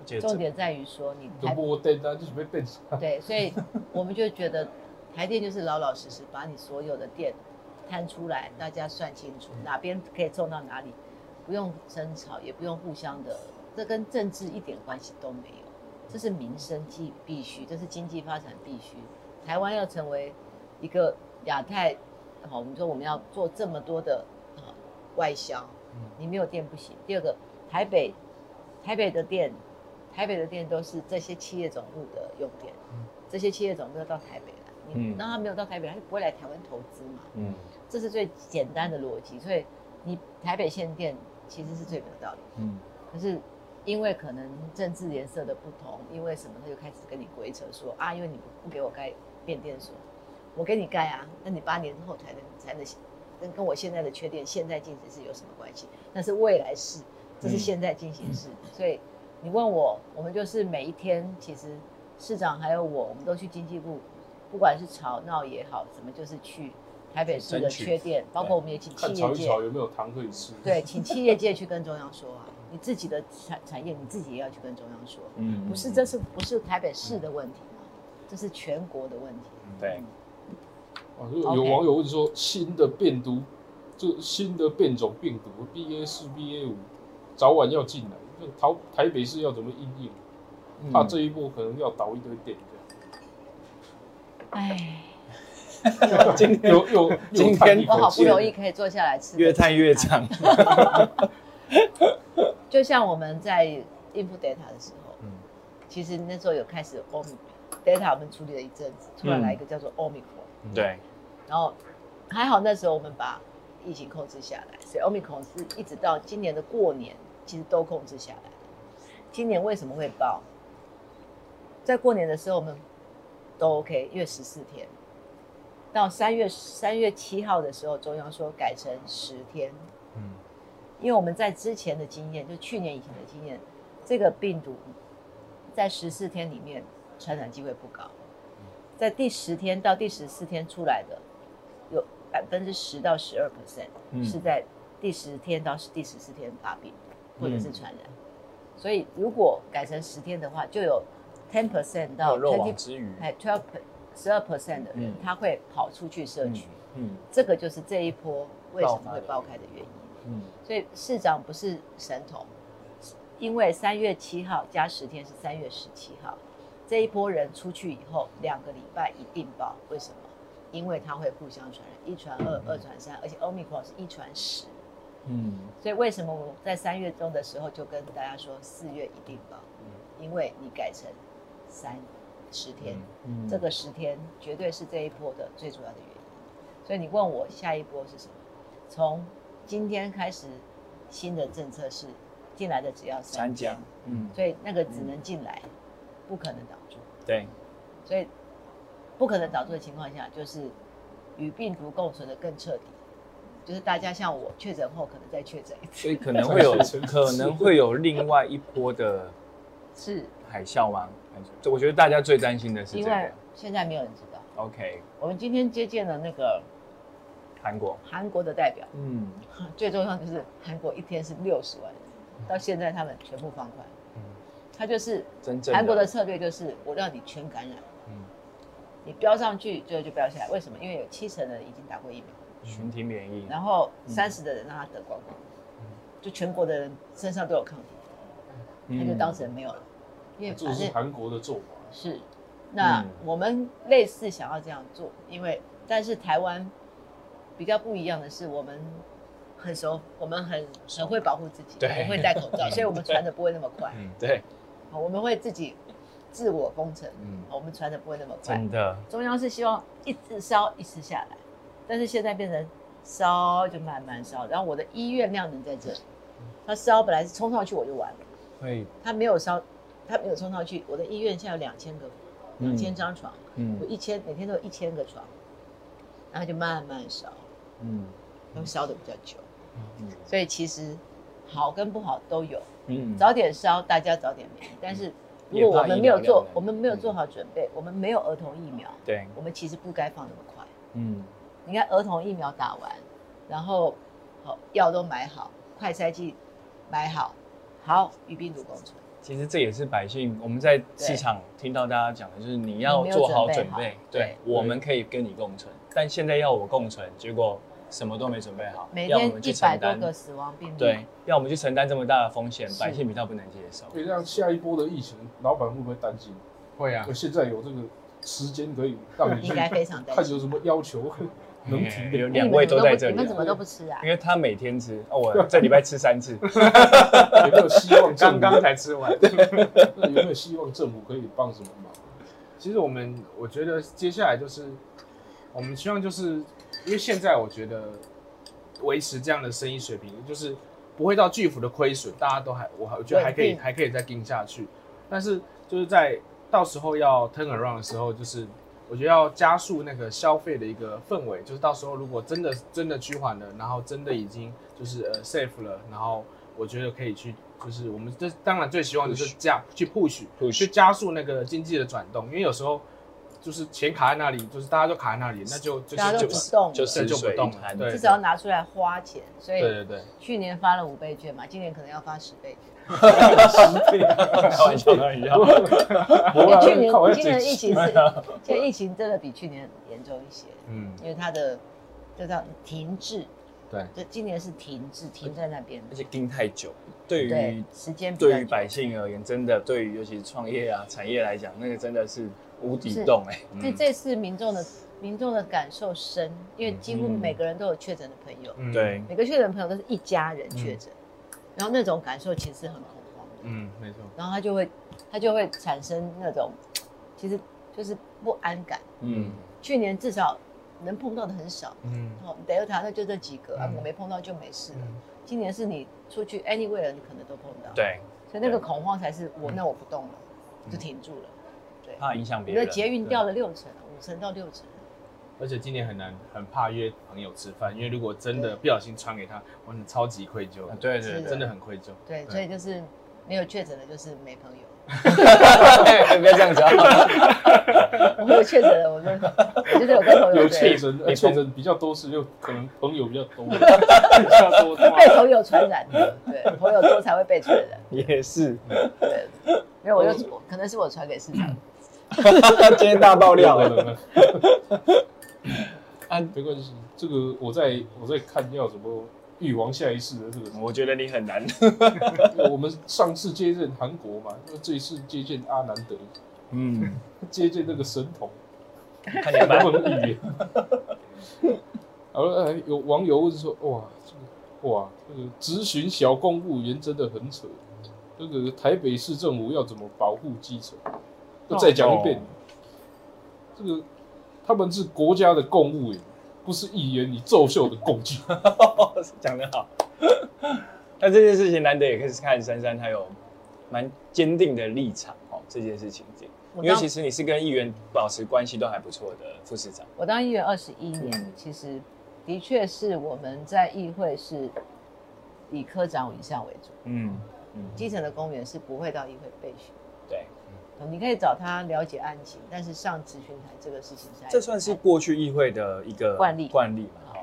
而且重点在于说你就台无电啊，就是要变啥？对，所以我们就觉得台电就是老老实实把你所有的电摊出来，大家算清楚哪边可以种到哪里，不用争吵，也不用互相的，这跟政治一点关系都没有，这是民生必必须，这是经济发展必须。台湾要成为一个亚太，好，我们说我们要做这么多的啊外销，你没有电不行。第二个，台北台北的电，台北的电都是这些企业总部的用电，这些企业总部要到台北来，你嗯让他没有到台北来，他就不会来台湾投资嘛。嗯这是最简单的逻辑，所以你台北限电其实是最没有道理。嗯，可是因为可能政治颜色的不同，因为什么，他就开始跟你鬼扯说啊，因为你不不给我盖变电所，我给你盖啊，那你八年后才能才能，跟跟我现在的缺电现在进行式有什么关系？那是未来式，这是现在进行式，嗯所以你问我，我们就是每一天，其实市长还有我，我们都去经济部，不管是吵闹也好，什么就是去台北市的争取缺电，包括我们也请看企炒业一界。炒有没有糖可以吃？对，请企业界去跟中央说啊，你自己的产产业你自己也要去跟中央说，嗯不是这是不是台北市的问题嘛，这是全国的问题。嗯对，啊，就有 OK 网友问说，新的变毒，就新的变种病毒 BA 四、BA 五，早晚要进来，那台台北市要怎么应应？嗯怕这一波可能要倒一堆电这哎，今样。又又今天又叹一我好口不气容易可以坐下来吃，越探越。长，就像我们在应付 data 的时候，嗯其实那时候有开始 om data 我们处理了一阵子，突然嗯来一个叫做 omicron，、对，然后还好那时候我们把疫情控制下来，所以 Omicron 是一直到今年的过年其实都控制下来了今年为什么会爆？在过年的时候我们都 OK，因为十四天，到三月三月七号的时候，中央说改成十天，嗯因为我们在之前的经验，就去年以前的经验，这个病毒在十四天里面传染机会不高，在第十天到第十四天出来的有百分之十到十二 percent 嗯是在第十天到第十四天发病或者是嗯传染，所以如果改成十天的话，就有 ten percent 还有到漏网 twenty 之鱼，哎 twelve 十二 percent 的人嗯，他会跑出去社区，嗯这个就是这一波为什爆么发会的爆开的原因。嗯所以市长不是神童，因为三月七号加十天是三月十七号，这一波人出去以后两个礼拜一定爆，为什么？因为它会互相传染，一传二，二传三，而且 Omicron 是一传十，嗯所以为什么我在三月中的时候就跟大家说四月一定爆？因为你改成三十天，嗯，这个十天绝对是这一波的最主要的原因。所以你问我下一波是什么？从今天开始，新的政策是进来的只要三三家天，，嗯所以那个只能进来，不可能挡住。对，所以不可能挡住的情况下，就是与病毒共存的更彻底。就是大家像我确诊后可能再确诊一次，所以可能会有可能会有另外一波的是海啸吗？还是这我觉得大家最担心的是因这为个现在没有人知道。 ，OK，我们今天接见了那个韩国，韩国的代表，嗯最重要就是韩国一天是六十万人，到现在他们全部放宽。他就是真正韩国的策略，就是我让你全感染，嗯你飙上去最后就飙下来。为什么？因为有七成的人已经打过疫苗，群体免疫，然后三十的人让他得光光，就全国的人身上都嗯有抗体，他就当成没有了，因为这反是正韩国的做法。是那嗯我们类似想要这样做，因为但是台湾比较不一样的是，我们很熟，我们很很会保护自己，对很会戴口罩，所以我们传的不会那么快，嗯对，好我们会自己自我封城，嗯好我们传的不会那么快真。的，中央是希望一次烧一次下来，但是现在变成烧就慢慢烧，然后我的医院量能在这里，它烧本来是冲上去我就完了，会，它没有烧，它没有冲上去，我的医院现在有两千个两千张床，嗯有一千每天都有一千个床，然后就慢慢烧，嗯会烧的比较久，嗯所以其实好跟不好都有，嗯，早点烧大家早点免疫，但是如果我们没有做，我们没有做好准备，我们没有儿童疫苗，对，我们其实不该放那么快。嗯你看儿童疫苗打完，然后好药都买好，快筛剂买好，好与病毒共存。其实这也是百姓我们在市场听到大家讲的，就是你要你没有做好准准备好备，对对，我们可以跟你共存，但现在要我共存，结果什么都没准备好，每要我天们去一百承多担，个死亡病例，对，要我们去承担这么大的风险，是嗯百姓比较不能接受。对，让哎下一波的疫情，老板会不会担心？会啊我，现在有这个时间可以让你应去该 非常担看心。有什么要求能提有的。两位都在这你里们怎啊，么都不吃啊因？为他每天吃，哦，我这礼拜吃三 次，有没有希望政刚刚府？才 吃完。 那有没有希望政府可以帮什么忙？其实我们我觉得接下来就是，我们希望就是因为现在我觉得维持这样的生意水平，就是不会到巨幅的亏损，大家都还我还我觉得还可稳以定还可以再盯下去，但是就是在到时候要 turn around 的时候，就是我觉得要加速那个消费的一个氛围，就是到时候如果真的真的趋缓了，然后真的已经就是呃 safe 了，然后我觉得可以去。就是我们这当然最希望就是这样去 push， push 去加速那个经济的转动，因为有时候就是钱卡在那里，就是大家就卡在那里，那就就大家是都就不是动了，就这是就不动了，对，至少要拿出来花钱。所对以对对，去年发了五倍券嘛，今年可能要发十倍券。开玩笑，开玩笑，啊因为去靠年我要今年的疫情是，现在疫情真的比去年严重一些，嗯，因为它的就叫停滞，对，就今年是停滞，停在那边。而且盯太久，对于对，时间比较对于久百姓而言，真的对于尤其创业啊、产业来讲，那个真的是无底是洞哎、所以这次民众的民众的感受深，因为几乎嗯每个人都有确诊的朋友，嗯，对，每个确诊的朋友都是一家人确嗯诊，然后那种感受其实很恐慌的，嗯，没错，然后他就会他就会产生那种其实就是不安感。嗯，去年至少能碰到的很少，嗯哦，Delta 那就这几个，啊嗯我没碰到就没事了。嗯今年是你出去 anywhere 你可能都碰到，，对，嗯所以那个恐慌才是我那我不动了，就停住了。怕影响我别的人。捷运掉了六成，五成到六成，而且今年很难，很怕约朋友吃饭，因为如果真的不小心传给他，我很超级愧疚啊，，对对是对， 真的很愧疚，对，对所以就是没有确诊的，就是没朋友；哎不要这样子啊！我有确诊的，我就我就是有跟朋友对有确诊，你而从确诊比较多是，又可能朋友比较多， 比较 多被朋友传染的，对，朋友多才会被传染， 也是，对，因为我哦就可能是我传给市场， 今天大爆 料了。啊，没关系，这个我在我在看要怎么预防下一次的这个我觉得你很难。因为我们上次接见韩国嘛，那这一次接见阿南德，嗯，接见那个神童， 看你 能吧。不能预言？ 好了，呃有网友问说，哇，这个哇，这个咨询小公务员真的很扯，这个台北市政府要怎么保护基层？我再讲一哦遍，这个他们是国家的公务员，不是议员你奏秀的工具。 讲得好。但这件事情难得也可以看珊珊她有蛮坚定的立场哦，这件事情我因为当其实你是跟议员保持关系都还不错的副市长，我当议员二十一年嗯，其实的确是我们在议会是以科长以上为主，嗯嗯，基层的公务员是不会到议会备询。对，你可以找他了解案情，但是上咨询台这个事情是还哎这算是过去议会的一个惯例惯例嘛，哈，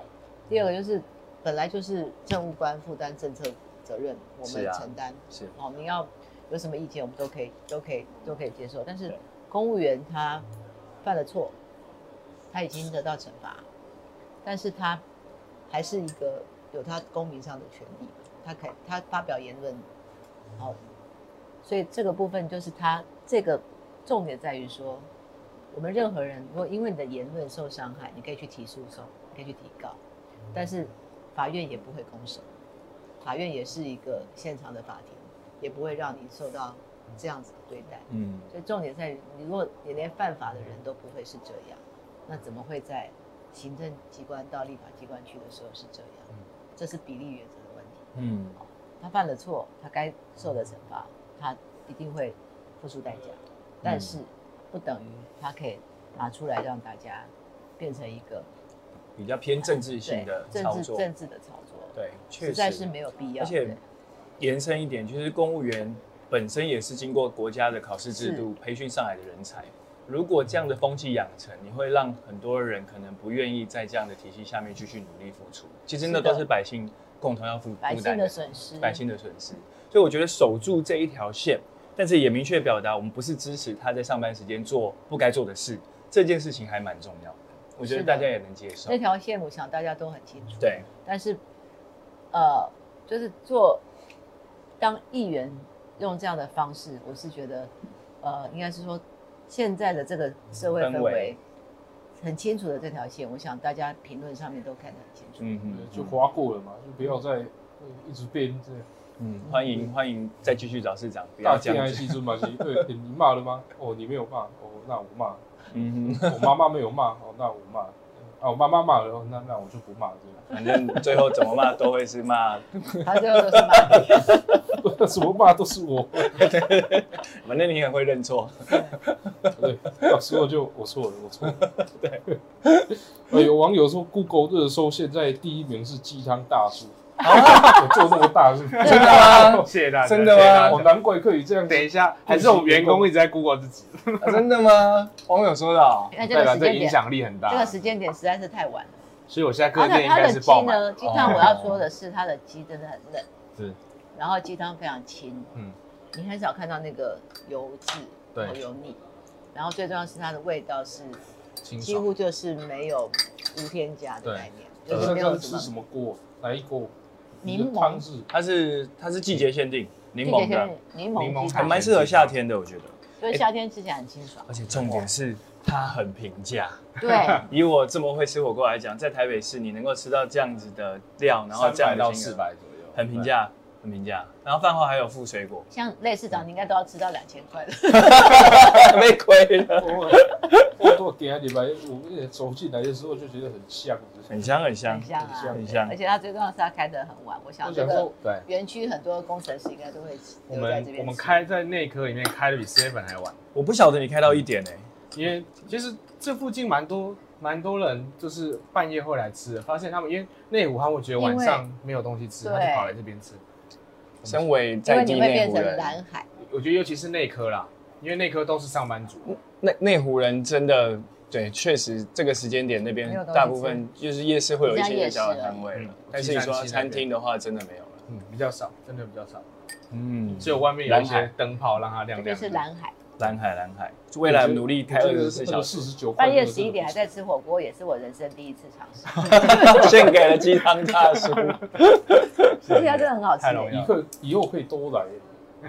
第二个就是本来就是政务官负担政策责任，我们是啊承担。是哦，你要有什么意见，我们都可以都可以都可以接受。但是对公务员他犯了错，他已经得到惩罚，但是他还是一个有他公民上的权利，他可以他发表言论，好、所以这个部分就是他这个重点在于说，我们任何人如果因为你的言论受伤害，你可以去提诉讼，你可以去提告，但是法院也不会公审，法院也是一个现场的法庭，也不会让你受到这样子的对待。嗯，所以重点在于，你如果你连犯法的人都不会是这样，那怎么会在行政机关到立法机关去的时候是这样？这是比例原则的问题。嗯，他犯了错，他该受的惩罚，他一定会付出代价，嗯但是不等于他可以拿出来让大家变成一个比较偏政治性对的操政治作，政治的操作，对，确实在是实。没有必要。而且对延伸一点，就是公务员本身也是经过国家的考试制度培训上来的人才。如果这样的风气养成，你会让很多人可能不愿意在这样的体系下面继续努力付出。其实那是的都是百姓共同要负百负姓担的损失，百姓的损失。所以我觉得守住这一条线，但是也明确表达我们不是支持他在上班时间做不该做的事，这件事情还蛮重要的。我觉得是的大家也能接受那。条线，我想大家都很清楚。对，但是，呃，就是做当议员用这样的方式，我是觉得，呃，应该是说现在的这个社会嗯氛氛围围很清楚的这条线，我想大家评论上面都看得很清楚。嗯嗯， 就划过了嘛，就不要再呃一直变这样。嗯，欢迎欢迎，再继续找市长，不要大这恋样爱子。戏尊嘛是，对，欸你骂了吗？哦，你没有骂，哦，那我骂，嗯哼， 我妈妈没有骂，哦，那我骂，啊，我妈妈骂了，哦那那我就不骂这反正最后怎么骂都会是骂，他最后都是 骂你，样， 什么骂都是我，反正你很会认 错。对，到时候就我错了，我错了， 对。有网友说，Google 热搜现在第一名是鸡汤大 叔，我做那么大是 不是？真啊的吗？谢谢大家，真的吗谢谢大家哦，难怪可以这样。等一下，还是我们员工一直在 Google 自己，啊真的吗？网友说的哦。因为这对个吧？时这间影点，响力很大这。个时间点实在是太晚了。所以我现在他各的店应他该的是鸡爆满，呢，鸡哦汤我要说的是，它的鸡真的很嫩，是然后鸡汤非常清，嗯你很少看到那个油渍、对然后油腻，然后最重要是它的味道是清几爽。乎就是没有无添加的概念，就是那呃这没样有吃什什么么锅？哪一锅？柠檬你的汤是它是它是季节限定，柠季檬节的性，柠柠檬檬鸡还还汤，蛮适合夏天的，我觉得。所以夏天吃起来很清 爽而。且重点是它很平价。对，以我这么会吃火锅来讲，在台北市你能够吃到这样子的料，然后这样300的到金额四，百左右，很平价，很平价。然后饭后还有附水果，像类市长你应该都要吃到两千块的， 没亏了， 我我给他礼拜，我那个走进来的时候就觉得很香，很香很香很，香啊，很很香而。且它最重要是它开得很晚，我想我这想个说，对。园区很多工程师应该都会吃我留在们这边我们吃开在内科里面开的比 Seven 还晚，我不晓得你开到一点哎，因为其实这附近蛮多蛮多人就是半夜会来吃的，发现他们因为内湖他们觉得晚上没有东西吃，因他为就跑来这边吃。身为因在为地你会内变湖成人，蓝海，我觉得尤其是内科啦，因为内科都是上班族，内内湖人真的对，确实这个时间点那边没有东西吃大部分就是夜市会有一像些夜市小摊位了嗯，但是你说七三七那餐边厅的话，真的没有了。嗯，比较少，真的比较少，嗯，只有外面有一蓝些灯泡让它亮这边亮的。是蓝海。蓝海蓝海，未来努力开二十四小时四，十九半夜十一点还在吃火锅，也是我人生第一次尝 试。献给了鸡汤大 叔。这家真的很好吃太容易耶，以后以后可以多来，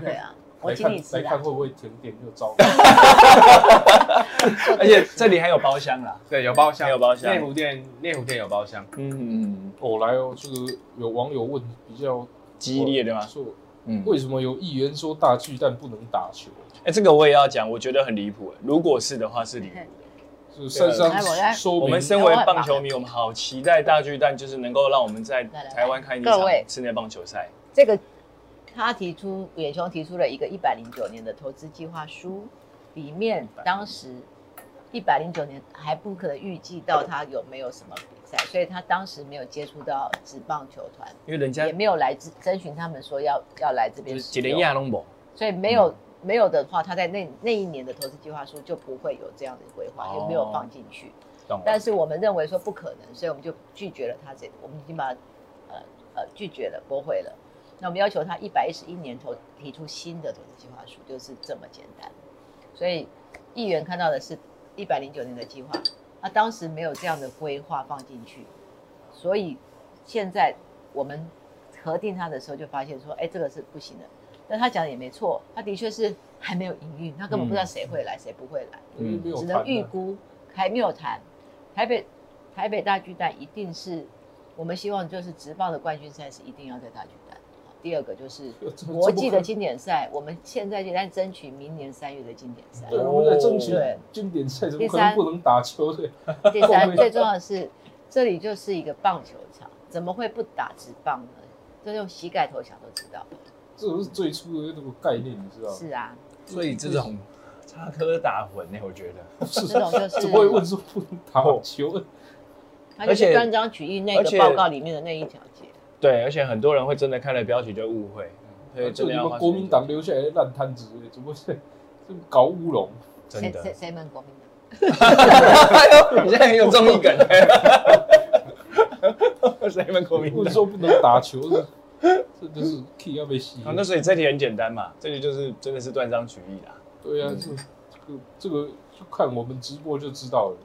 对啊，我来请看你吃来看啊会。不会停电就糟。 而且这里还有包厢啦。对，有包厢，还有包厢内湖店内湖店有包厢，嗯，哦，来哦，这个有网友问比较激烈的吗？说嗯，为什么有议员说大巨蛋不能打球？哎，这个我也要讲，我觉得很离谱。哎如果是的话， 是离谱。是珊哎我来珊说我明们身为棒球迷，我们好期待大巨蛋就是能够让我们在来来台湾看一场各位室内棒球赛。这个他提出远雄提出了一个一百零九年的投资计划书，里面当时一百零九年还不可能预计到他有没有什么比赛，所以他当时没有接触到职棒球团，因为人家也没有来咨征询他们说要要来这边就是使几啊连用。亚龙博，所以嗯没有、没有的话，他在那那一年的投资计划书就不会有这样的规划，哦也没有放进去。懂了但是我们认为说不可能，所以我们就拒绝了他这个，我们已经把它呃呃拒绝了，驳回了。那我们要求他一百一十一年投呃提出新的投资计划书，就是这么简单。所以议员看到的是一百零九年的计划，他当时没有这样的规划放进去，所以现在我们核定它的时候就发现说，哎，这个是不行的。但他讲的也没错，他的确是还没有营运，他根本不知道谁会来，谁不会来，因为没有嗯只谈啊能预估，还没有谈。台北台北大巨蛋一定是我们希望就是职棒的冠军赛是一定要在大巨蛋。第二个 就是这国际的经典赛，我们现在就在争取明年三月的经典赛。对，啊我们在争取对经典赛，怎第么可三能不能打球的？第三，最重要的是，这里就是一个棒球场，怎么会不打直棒呢？就用膝盖投降都知道。这种是最初的那个概念，你知道吗？是啊，所以这种插科打诨欸呢，我觉得。 这种就啊怎么会问是，说不能打球？他就而且是断章取义那而且个报告里面的那一条街。对，而且很多人会真的看了标题就误会，所以就真你的要们花国民党留下来的烂摊子，怎么是这么搞 乌龙？时谁间真谁的。谁们国民党？哎呦，你现在很有综艺感。 谁们国民问党？说不能打球的，真的是 key 要被吸好，。哦那所以这题很简单嘛，这题就是真的是断章取义啦。对啊，这个这个就看我们直播就知道了。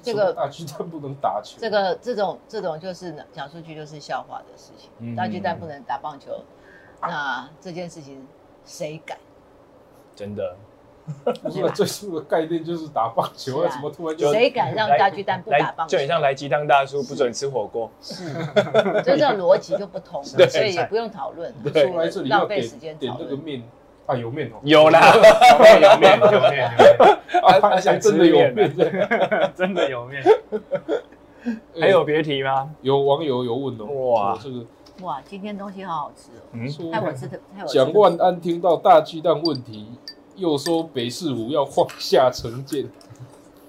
这个大巨蛋不能打球，这个这种这种就是讲出去就是笑话的事嗯情。大巨蛋不能打棒球，那这件事情谁敢？真的，不是最初的概念就是打棒球是啊，啊怎么突然就谁敢让大巨蛋不打来棒球就？很像来鸡汤大叔不准吃火锅，是，所以这种逻辑就不通 对了，所以也不用讨论，说来这里要浪费点时间点讨那个论。面啊？有面哦， 有啦，有面有面有面啊，他还想吃真的有面面。有面，真的有面。 还有别题吗？哎有网友有问哦，哇哇，这个哇，今天东西好好吃哦！嗯，说害我吃的，害我吃的蒋万安听到大巨蛋问题，又说北市府要放下成见，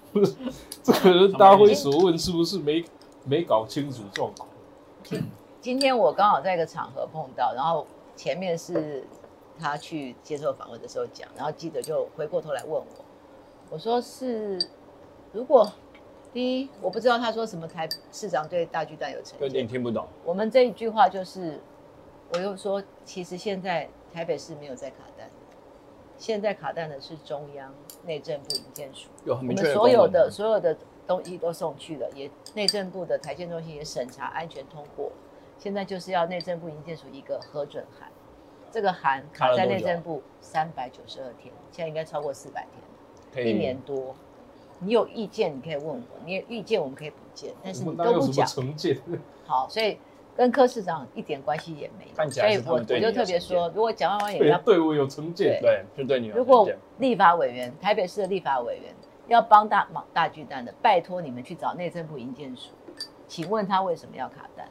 这个人大会所问是不是没没搞清楚状况？今天我刚好在一个场合碰到，然后前面是他去接受访问的时候讲，然后记者就回过头来问我，我说是如果第一我不知道他说什么台市长对大巨蛋有成有点见，听不懂。我们这一句话就是，我又说其实现在台北市没有在卡蛋，现在卡蛋的是中央内政部营建署。有很我明确的们所有的功所有的东西都送去了，也内政部的台建中心也审查安全通过，现在就是要内政部营建署一个核准函，这个函卡了卡在多内久政部三百九十二天，现在应该超过四百能天，可以一年多。你有意见你可以问我，你有意见我们可以补见，但是我你们哪都有不什么讲，成见？好，所以跟柯市长一点关系也没看有。起所来以是他我们我对你就有特别成见说，如果蒋万安也 对要，对我有成见，对，就对你有如成果见立法委员，台北市的立法委员要帮大大巨蛋的，拜托你们去找内政部营建署，请问他为什么要卡蛋？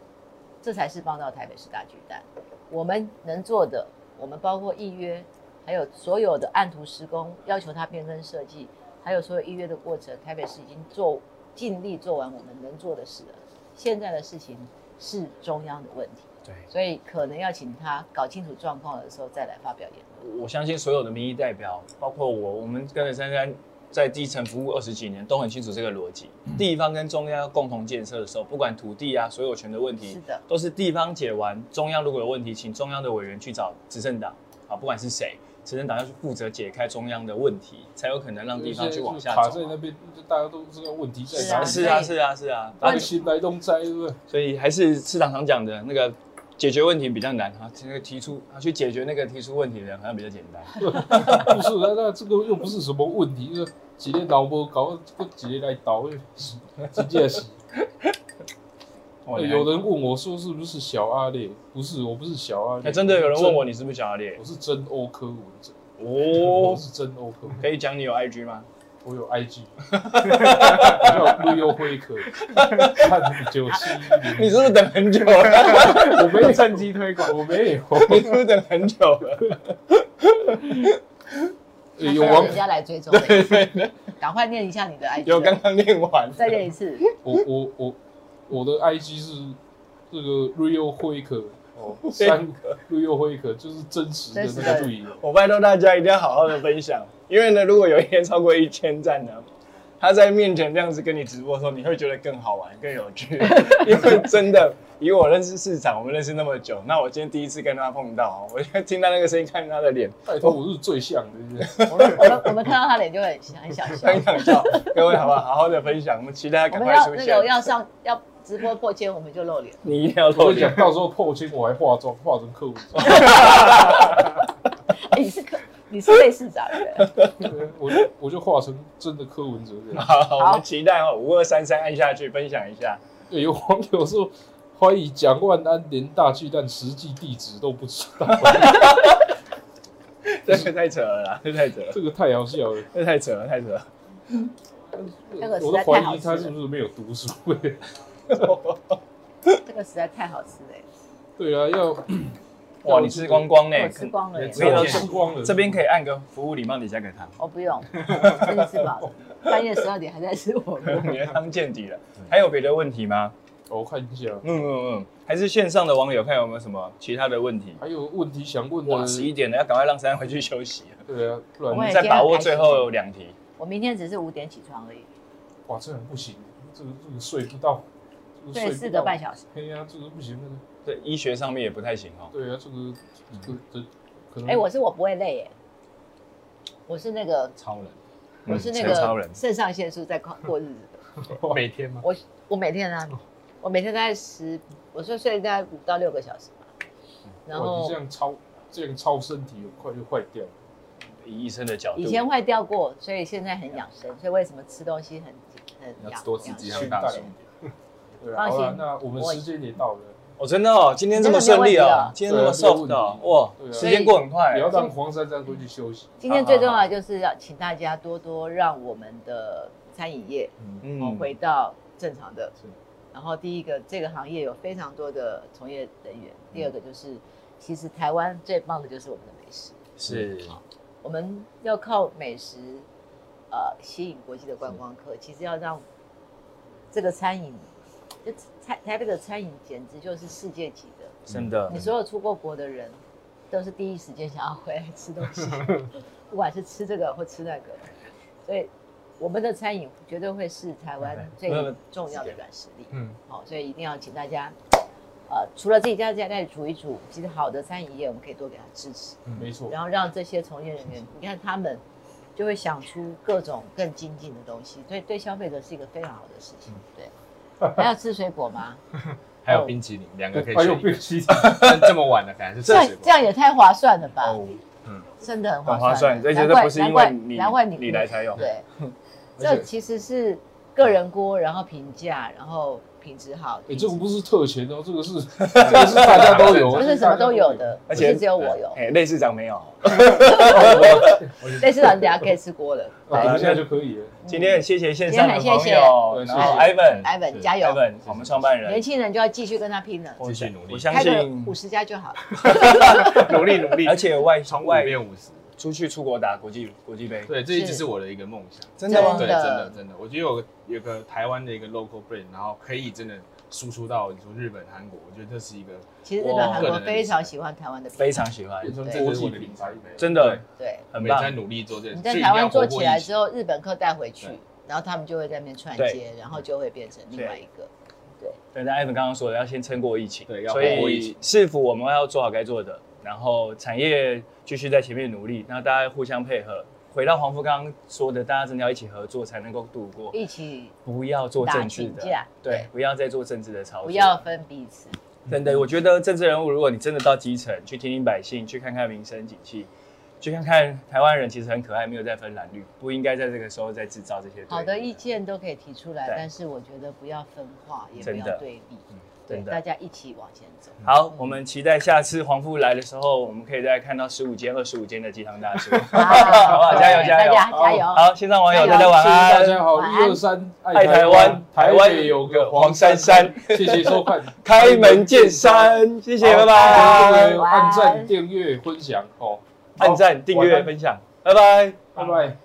这才是帮到台北市大巨蛋。我们能做的，我们包括预约，还有所有的按图施工，要求他变更设计，还有所有预约的过程，台北市已经做尽力做完我们能做的事了。现在的事情是中央的问题，对。所以可能要请他搞清楚状况的时候再来发表言论。我相信所有的民意代表，包括我，我们跟着珊珊在基层服务二十几年，都很清楚这个逻辑。嗯地方跟中央要共同建设的时候，不管土地啊、所有权的问题，是的都是地方解完，中央如果有问题，请中央的委员去找执政党啊，不管是谁，执政党要去负责解开中央的问题，才有可能让地方去往下卡走在那啊、边，就大家都知道问题在是哪啊里。是啊，是啊，是啊，不行来东摘，对不对？所以还是市场常讲的那个解决问题比较难啊，这个提出啊去解决那个提出问题的人好像比较简单。不是，那那这个又不是什么问题，这几天老婆搞，这几天来倒， 直接 洗。哇哦欸有人问我说是不是小阿烈？不是，我不是小阿哎，烈。真的有人问我真，你是不是小阿烈我？是真欧科文哲，我哦，是真欧科文，可以讲你有 IG 吗？我有 IG，我叫绿又灰壳， 看九七 你是不是等很久 了？我没有，趁机推广，我没有。你是不是等很久了？欸有网人家来追踪的，赶快念一下你的 IG，有刚刚练完，再念一次，我我我我的 IG 是这个 Rio 灰壳哦，三个 Rio 灰壳就是真实的那个绿影。我拜托大家一定要好好的分享，因为呢，如果有一天超过一千赞呢，他在面前这样子跟你直播的时候，你会觉得更好玩、更有 趣。因为真的，以我认识市长，我们认识那么久，那我今天第一次跟他碰到，我就听到那个声音，看他的脸，拜托，我是最像的，对我不对们我们我们看到他脸就会很很想笑。很想笑。各位好不好？好好的分享，我们期待他 我赶们快要出那现个。要上要直播破千，我们就露脸。你一定要我露跟你讲脸，到时候破千我还化妆，化成客户照。哎你是科，你是类市长 的，我就我就化成真的柯文哲这样。好，我们期待哦，五二三三按下去分享一 下。对有网友说怀疑蒋万安连大巨蛋实际地址都不知道，这个太扯了啦，这太扯了，这个太好笑了。这太扯了，太扯了。那个实我在都太怀好疑吃了他是不是没有读书、 这个实在太好吃了，对啊，要哇，你吃光光呢？我吃光了耶，没有要吃光了。这边可以按个服务礼貌底下给 他，我哦不用，我真的吃饱了，半夜十二点还在吃火 锅。你的汤见底了。还有别的问题吗？哦我看一下，嗯嗯嗯，还是线上的网友看有没有什么其他的问题？还有问题想问哇，十一的。点了，要赶快让珊珊回去休息了。对啊，不我然们也再今天把握很开最心后两题。我明天只是五点起床而已，哇，这很不行，这个这个睡不到，这个睡睡四个半小小时。嘿呀、这个不行，那个对，医学上面也不太行哦。对啊，这个嗯这个这可能嗯哎，我是我不会累耶，我是那个超人，我是那嗯陈超个人肾上腺素在过过日子的。每天吗？我我每天哦啊，我每天大概十，我说睡大概五到六个小时吧。嗯然哇你后哦这样超这样超身体，很快就坏掉了。以医生的角度，以前坏掉过，所以现在很养生。所以为什么吃东西很很养多吃鸡养汤生大蛋叔。 对啊，放好心了，那我们我时间也到了，哦，真的哦，今天这么顺利真的没有问哦题啊，今天这么 soft 哦，对哇，啊时间过很快嗯也。要让黄珊珊回去休息。今天最重要的就是要请大家多多让我们的餐饮业哦嗯，回到正常的是。然后第一个，这个行业有非常多的从业人员；第二个就是，其实台湾最棒的就是我们的美食。嗯是，我们要靠美食，呃，吸引国际的观光客。其实要让这个餐饮，就台台北的餐饮简直就是世界级的。真的你。所有出过国的人，都是第一时间想要回来吃东 西，不管是吃这个或吃那个。所以我们的餐饮绝对会是台湾最没有没有重要的软实力。嗯，好、所以一定要请大家，呃，除了自己家在家里煮一煮，其实好的餐饮业我们可以多给他支持。嗯没错，然后让这些从业人员，你看他们就会想出各种更精进的东西，所以对消费者是一个非常好的事嗯情。对，还要吃水果吗？还有冰淇淋，两个可以还选一有哦哎冰个。淇淋，但这么晚了，还是吃这样水这果。样也太划算了吧？哦，真的很很划划算算，的，而且这不是因难怪为你难怪你你来才有， 对，而这且其实是个人锅，然后平价，然后品质好，哎，品质这个不是特权哦，这 个是这个是大家都有，不是什么都有的，而不且是只有我有。哎，类似长没有。嗯 类似的，你等下可以吃锅 了。啊，我们现在就可以了。今天很谢谢线上的朋今天很谢谢友，然后 Ivan，Ivan， Ivan 加油，我们创办人年，轻人就要继续跟他拼了，继续努力我相开个信五十家就好了。努力努力而且外从五外变五十。出去出国打国际国际杯，对，这一直是是我的一个梦想。真的吗对，真真的的真的，我觉得有个有个台湾的一个 local brand，然后可以真的输出到你说日本、韩国，我觉得这是一个其实日本、韩国非常喜欢台湾的品牌，非常喜欢变，成对国际品牌，真的对。很很棒在。努力做这件你事。在所以台一定湾要做活起过来疫情之后，日本客带回去对，然后他们就会在那边串接，然后就会变成另外一个。对，但艾文刚刚说的要先撑过疫情，对要所熬过疫以情市府我们要做好该做的，然后产业继续在前面努力，那大家互相配合。回到黄富刚刚说的，大家真的要一起合作才能够度过，一起不要做政治打的群架，对对，不要再做政治的操作，不要分彼此，真的，我觉得政治人物，如果你真的到基层去听听百姓，去看看民生景气，去看看台湾人其实很可爱，没有在分蓝绿，不应该在这个时候再制造这些对立好的意见都可以提出来对，但是我觉得不要分化，也不真的嗯要对立，对，真的大家一起往前 走。好，我们期待下次黄富来的时候，我们可以再看到十五间、二十五间的鸡汤大叔。 好好不好加油加油大家加油！好，线上网友加油大家晚谢谢大安，家好，晚一安二三，爱台湾，台台湾北有有个个黄黄珊珊珊珊，，谢谢收看， 开门见，山，谢谢，拜拜，按赞、订阅、分享哦，按赞、订晚阅、安分享，拜拜。拜拜。